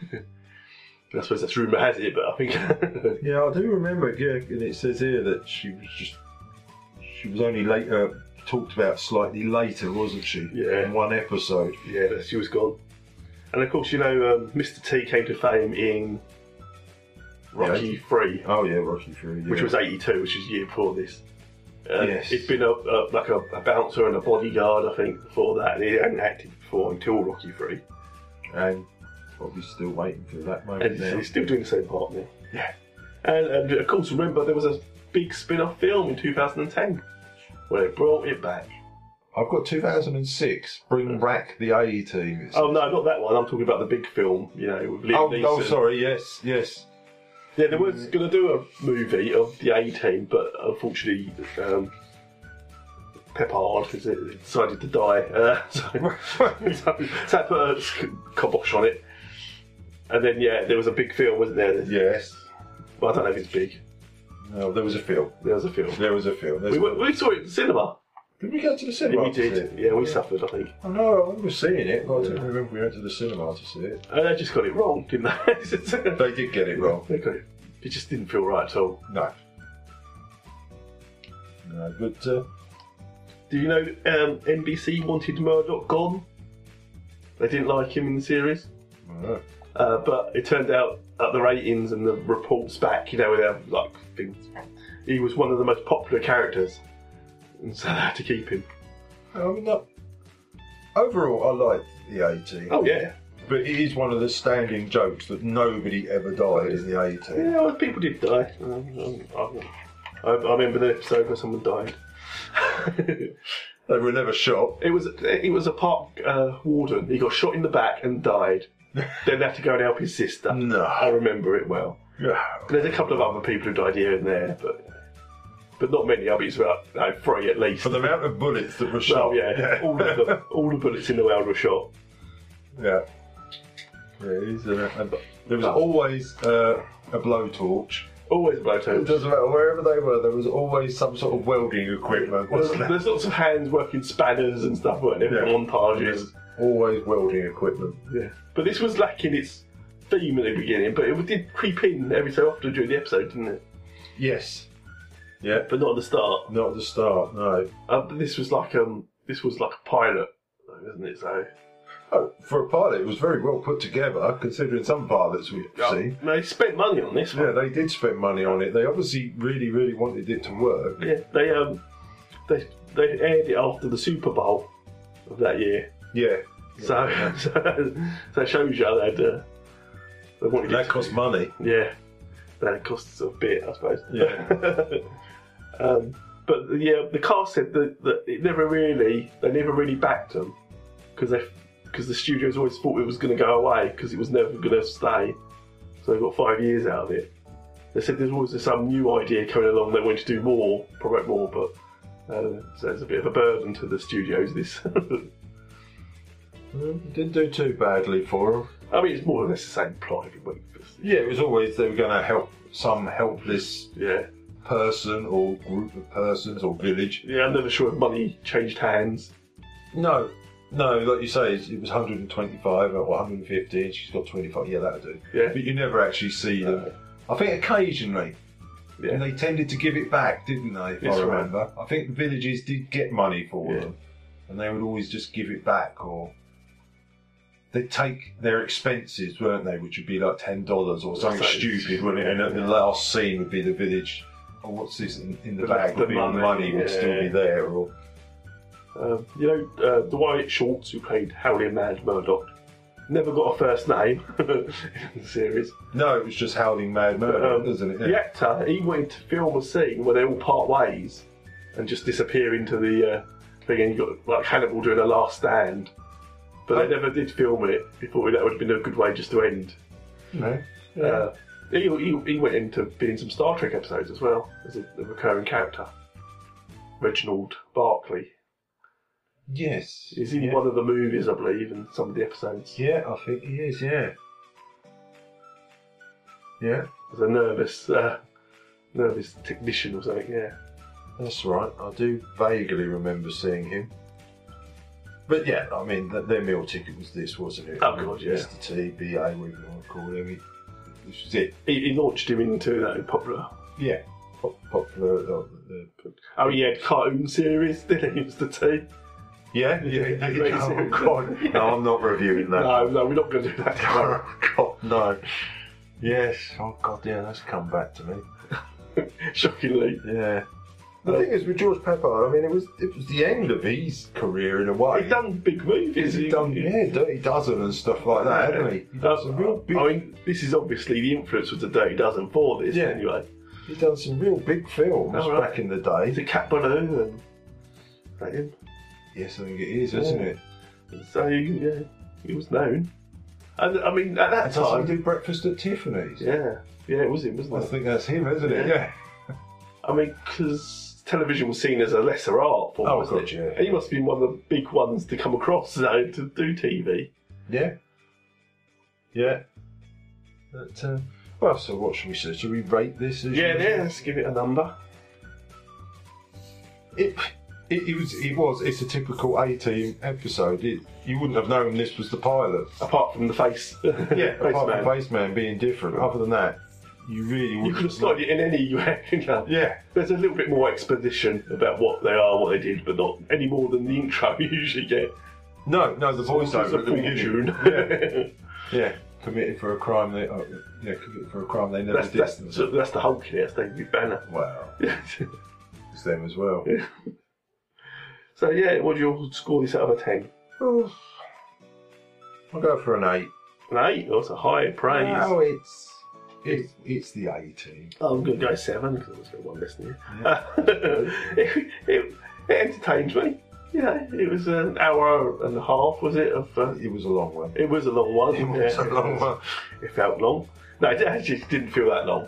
S2: I suppose that's rumor has it, but I think
S3: Yeah, I do remember. it, Yeah, and it says here that she was just she was only later talked about slightly later, wasn't she?
S2: Yeah.
S3: in one episode.
S2: yeah, that she was gone. And of course, you know, um, Mr. T came to fame in Rocky
S3: Yeah.
S2: Three,
S3: Oh yeah, Rocky Three. Yeah.
S2: which was '82, which is the year before this. Uh,
S3: Yes.
S2: He'd been a, a, like a, a bouncer and a bodyguard, I think, before that. And he hadn't acted before until Rocky Three.
S3: and probably still waiting for that moment
S2: And
S3: now.
S2: he's still doing the same part now. Yeah. And, and of course, remember there was a big spin off film in 2010 where they brought it back.
S3: I've got 2006. Bring back the A team. It's-
S2: Oh no, not that one. I'm talking about the big film. You know, with Liam
S3: Oh,
S2: Neeson.
S3: oh, sorry. Yes, yes.
S2: Yeah, they was going to do a movie of the A team, but unfortunately, um, Peppard is it, decided to die. Uh, so, so, so I put a uh, kibosh on it. And then, yeah, there was a big film, wasn't there?
S3: Yes.
S2: Well, I don't know if it's big.
S3: No, there was a film.
S2: There was a film.
S3: There was a film. There's
S2: We, went- we saw it in the cinema.
S3: Did we go to the
S2: Yeah,
S3: cinema?
S2: we
S3: to see
S2: did.
S3: it?
S2: Yeah, we suffered, I think.
S3: Oh no, I remember seeing it, but I don't remember we went to the cinema to see it.
S2: And Uh, they just got it wrong, didn't they?
S3: They did get it wrong.
S2: they got it. It just didn't feel right at all.
S3: No. No, but uh,
S2: Do you know um, NBC wanted Murdoch gone? They didn't like him in the series.
S3: no.
S2: Uh, but it turned out at the ratings and the reports back, you know, with their like things, he was one of the most popular characters, and so they had to keep him.
S3: I
S2: Oh,
S3: mean, that, overall, I liked the A team.
S2: Oh yeah,
S3: But it is one of the standing jokes that nobody ever died in the A team.
S2: yeah. Well, people did die. Um, um, I, I remember the episode where someone died.
S3: They were never shot.
S2: it was it was a park uh, warden. He got shot in the back and died. then they had to go and help his sister.
S3: No.
S2: I remember it well.
S3: Yeah.
S2: There's a couple of other people who died here and there, but but not many. I mean, it's about no, three at least.
S3: For the amount of bullets that were shot.
S2: Oh yeah, all of them, all the bullets in the world were shot.
S3: Yeah. Yeah, it is, uh, and there was always uh, a blowtorch.
S2: Always
S3: It
S2: blowtorch.
S3: doesn't matter wherever they were. There was always some sort of welding equipment.
S2: There's, there's lots of hands working spanners and stuff, weren't there?
S3: Yeah.
S2: Montages.
S3: always welding equipment.
S2: Yeah. But this was lacking its theme at the beginning, but it did creep in every so often during the episode, didn't it?
S3: Yes. Yeah.
S2: But not at the start.
S3: Not at the start. No.
S2: Uh, but this was like um, this was like a pilot, though, wasn't it? So
S3: Oh, for a pilot, it was very well put together, considering some pilots we've seen.
S2: they spent money on this.
S3: Yeah,
S2: One.
S3: they did spend money on it. They obviously really, really wanted it to work.
S2: Yeah. They um, they they aired it after the Super Bowl of that year.
S3: Yeah.
S2: So, so, so it shows you that uh, they wanted
S3: That
S2: it to-
S3: cost money.
S2: yeah, that costs a bit, I suppose.
S3: Yeah.
S2: um, but yeah, the cast said that, that it never really, they never really backed them because they, because the studios always thought it was going to go away because it was never going to stay. So they got five years out of it. They said there's always some new idea coming along. They want to do more, promote more, but. Uh, so it's a bit of a burden to the studios. This,
S3: Well,
S2: Mm,
S3: it Didn't do too badly for them.
S2: I mean, it's more or less the same plot every week. but it's-
S3: Yeah, it was always they were going to help some helpless
S2: Yeah,
S3: person or group of persons or village.
S2: yeah. I'm never sure if money changed hands.
S3: No, no, like you say, it's- it was 125 or 150, and she's got 25. Yeah, that'll do.
S2: Yeah.
S3: But you never actually see them.
S2: No.
S3: I think occasionally,
S2: Yeah.
S3: and they tended to give it back, didn't they? If
S2: Yes,
S3: I
S2: right.
S3: remember, I think the villages did get money for
S2: Yeah.
S3: them, and they would always just give it back or. They'd take their expenses, weren't they? Which would be like ten dollars or something
S2: Something.
S3: stupid, wouldn't it? And at the last scene would be the village. Oh, what's this in, in the,
S2: The-
S3: bag?
S2: the
S3: would be the
S2: money,
S3: money would still be
S2: yeah.
S3: there, or
S2: Um, you know, uh, Dwight Schultz, who played Howlin' Mad Murdoch, never got a first name in the series.
S3: No, it was just Howling Mad Murder,
S2: Um,
S3: isn't it?
S2: The actor, he wanted to film a scene where they all part ways and just disappear into the uh, thing, and you got like Hannibal doing a last stand. But
S3: Oh.
S2: they never did film it. He thought that would have been a good way just to end.
S3: No.
S2: Uh, he, he, he went into being some Star Trek episodes as well as a, a recurring character. Reginald Barclay.
S3: Yes.
S2: He's in
S3: yeah.
S2: one of the movies, I believe, and some of the episodes.
S3: Yeah, I think he is, yeah. Yeah,
S2: As a nervous, uh, nervous technician or something. Yeah.
S3: that's right. I do vaguely remember seeing him. But yeah, I mean, th- their meal ticket was this, wasn't it?
S2: Oh, God, yeah.
S3: Mr. T, BA, whatever you want to call him. He- This was it.
S2: He, he launched him into that popular.
S3: Yeah. Pop- popular. uh, uh,
S2: Oh, he had cartoon series. Then he was the T.
S3: yeah,
S2: Yeah,
S3: yeah.
S2: great
S3: oh,
S2: series.
S3: God. No, I'm not reviewing that.
S2: No, no, we're not going to do that. tomorrow.
S3: Oh, God, no. Yes. Oh, God, yeah, that's come back to me.
S2: Shockingly,
S3: Yeah. The thing is with George Peppard, I mean, it was it was the end of his career in a way.
S2: he done big movies.
S3: He's done yeah, Dirty Dozen and stuff like that, hasn't he? He's done
S2: Uh,
S3: some real big,
S2: I mean, this is obviously the influence of the Dirty Dozen for this,
S3: Yeah.
S2: anyway.
S3: he's done some real big films
S2: Oh, right.
S3: back in the
S2: Is
S3: day.
S2: it Cat Baloo and is that him?
S3: Yes, I think it is, isn't
S2: Yeah.
S3: it?
S2: So yeah, he was known. And I mean, at that
S3: And doesn't
S2: time,
S3: he do breakfast at Tiffany's?
S2: yeah, yeah, it was him, wasn't
S3: I
S2: it?
S3: think that's him, isn't it?
S2: Yeah.
S3: Yeah.
S2: I mean, because television was seen as a lesser art form,
S3: Oh,
S2: wasn't
S3: God,
S2: it?
S3: yeah.
S2: And he must have been one of the big ones to come across you know, to do TV.
S3: Yeah. Yeah. But, um, well, so what should we say? Should we rate this? as
S2: Yeah,
S3: usual?
S2: yeah, let's give it a number.
S3: It, it, it was. It was. It's a typical eighteen episode. It, you wouldn't have known this was the pilot.
S2: Apart from the face.
S3: Yeah,
S2: face
S3: apart
S2: man.
S3: from Baseman being different. Other than that, you really
S2: You
S3: wouldn't.
S2: could have slotted it in any you had. You know.
S3: Yeah.
S2: There's a little bit more exposition about what they are, what they did, but not any more than the intro you usually get.
S3: No, no, the
S2: It's
S3: voiceover
S2: a
S3: at the
S2: full
S3: beginning.
S2: tune.
S3: Yeah. yeah, committed for a crime they. Oh, yeah, committed for a crime they never
S2: that's, that's,
S3: did.
S2: so that's the Hulk in it, that's David Banner.
S3: Wow, it's them as well.
S2: so yeah, what do you score this out of a 10?
S3: Oh, I'll go for an eight.
S2: An 8? That's a high praise.
S3: No, it's it's it's the eighteen.
S2: Oh, I'm going to go seven because I was going one less than you. it, it, it entertained me. Yeah, it was an hour and a half, was it? Of uh,
S3: It was a long one.
S2: it was a long one.
S3: It was
S2: yeah.
S3: a long one.
S2: It felt long. No, it actually didn't feel that long.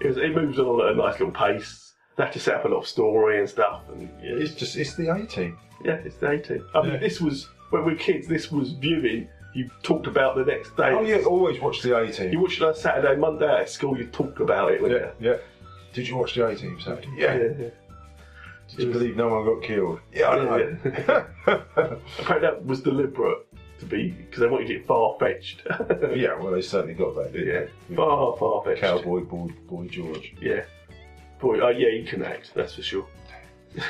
S2: It was. It moves on at a nice little pace. They have to set up a lot of story and stuff. And yeah,
S3: It's
S2: it's,
S3: just it's the eighteen.
S2: yeah, it's the 18. I mean,
S3: Yeah.
S2: this was when we were kids. This was viewing. You talked about the next day.
S3: Oh yeah, always watch the
S2: You
S3: eighteen.
S2: watched it on Saturday, Monday at school. You talked about it.
S3: Yeah,
S2: wouldn't
S3: yeah. Did you watch the eighteen Saturday?
S2: you?
S3: Yeah.
S2: yeah.
S3: Did you believe no one got killed? Yeah, I don't know.
S2: Apparently that was deliberate to be because they wanted it far fetched.
S3: yeah, well they certainly got that, didn't
S2: yeah,
S3: they? With
S2: far far fetched.
S3: Cowboy boy, boy George.
S2: Yeah, boy, oh yeah, he can act. That's for sure.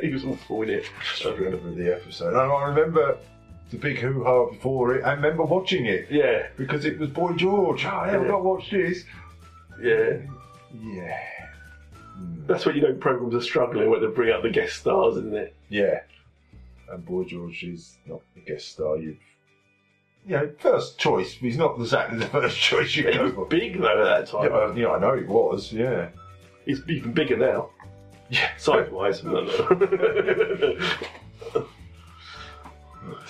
S2: he was awful in it.
S3: I remember the episode. And I remember the big hoo ha before it. I remember watching it
S2: Yeah,
S3: because it was Boy George. Oh, I have
S2: Yeah.
S3: not watched this.
S2: yeah.
S3: Yeah. Hmm.
S2: That's what you know. Programs are struggling when they bring out the guest stars, isn't it?
S3: Yeah. And Boy George is not the guest star you'd. You know, first choice. He's not exactly the first choice you
S2: He
S3: go
S2: was
S3: for.
S2: big though at that
S3: Yeah,
S2: time.
S3: well, yeah, I know it was, yeah.
S2: He's even bigger now,
S3: Yeah.
S2: size wise.
S3: But,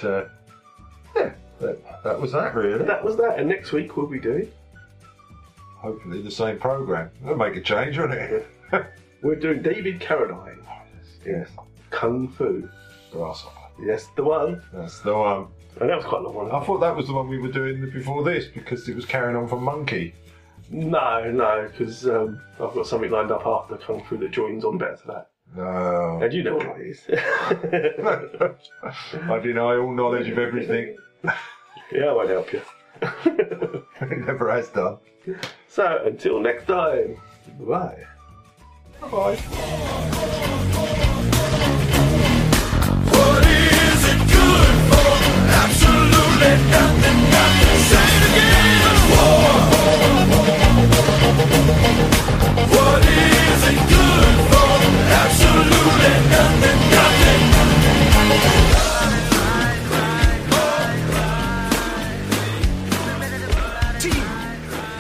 S3: uh, yeah, that, that was that, really.
S2: that was that. And next week we'll be doing.
S3: Hopefully the same programme. That'll make a change, won't it?
S2: We're doing David Carradine. Yes. Kung Fu.
S3: Grasshopper.
S2: Yes, the one.
S3: That's the one.
S2: And that was quite a long one.
S3: I thought that was the one we were doing before this because it was carrying on from Monkey.
S2: No, no, because um, I've got something lined up after Kung Fu that joins on better to that.
S3: No.
S2: And you know what it is.
S3: I deny all knowledge of everything.
S2: yeah, I won't help you.
S3: it never has done.
S2: so, until next time. Bye.
S3: Bye-bye.
S14: Team.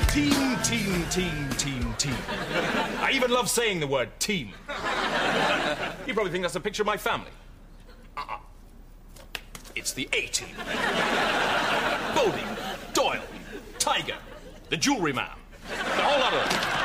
S14: Team, team, team, team, team. I even love saying the word team. You probably think that's a picture of my family. Uh-uh. It's the A team. Bodie, Doyle, Tiger, the jewelry man. A whole lot of them.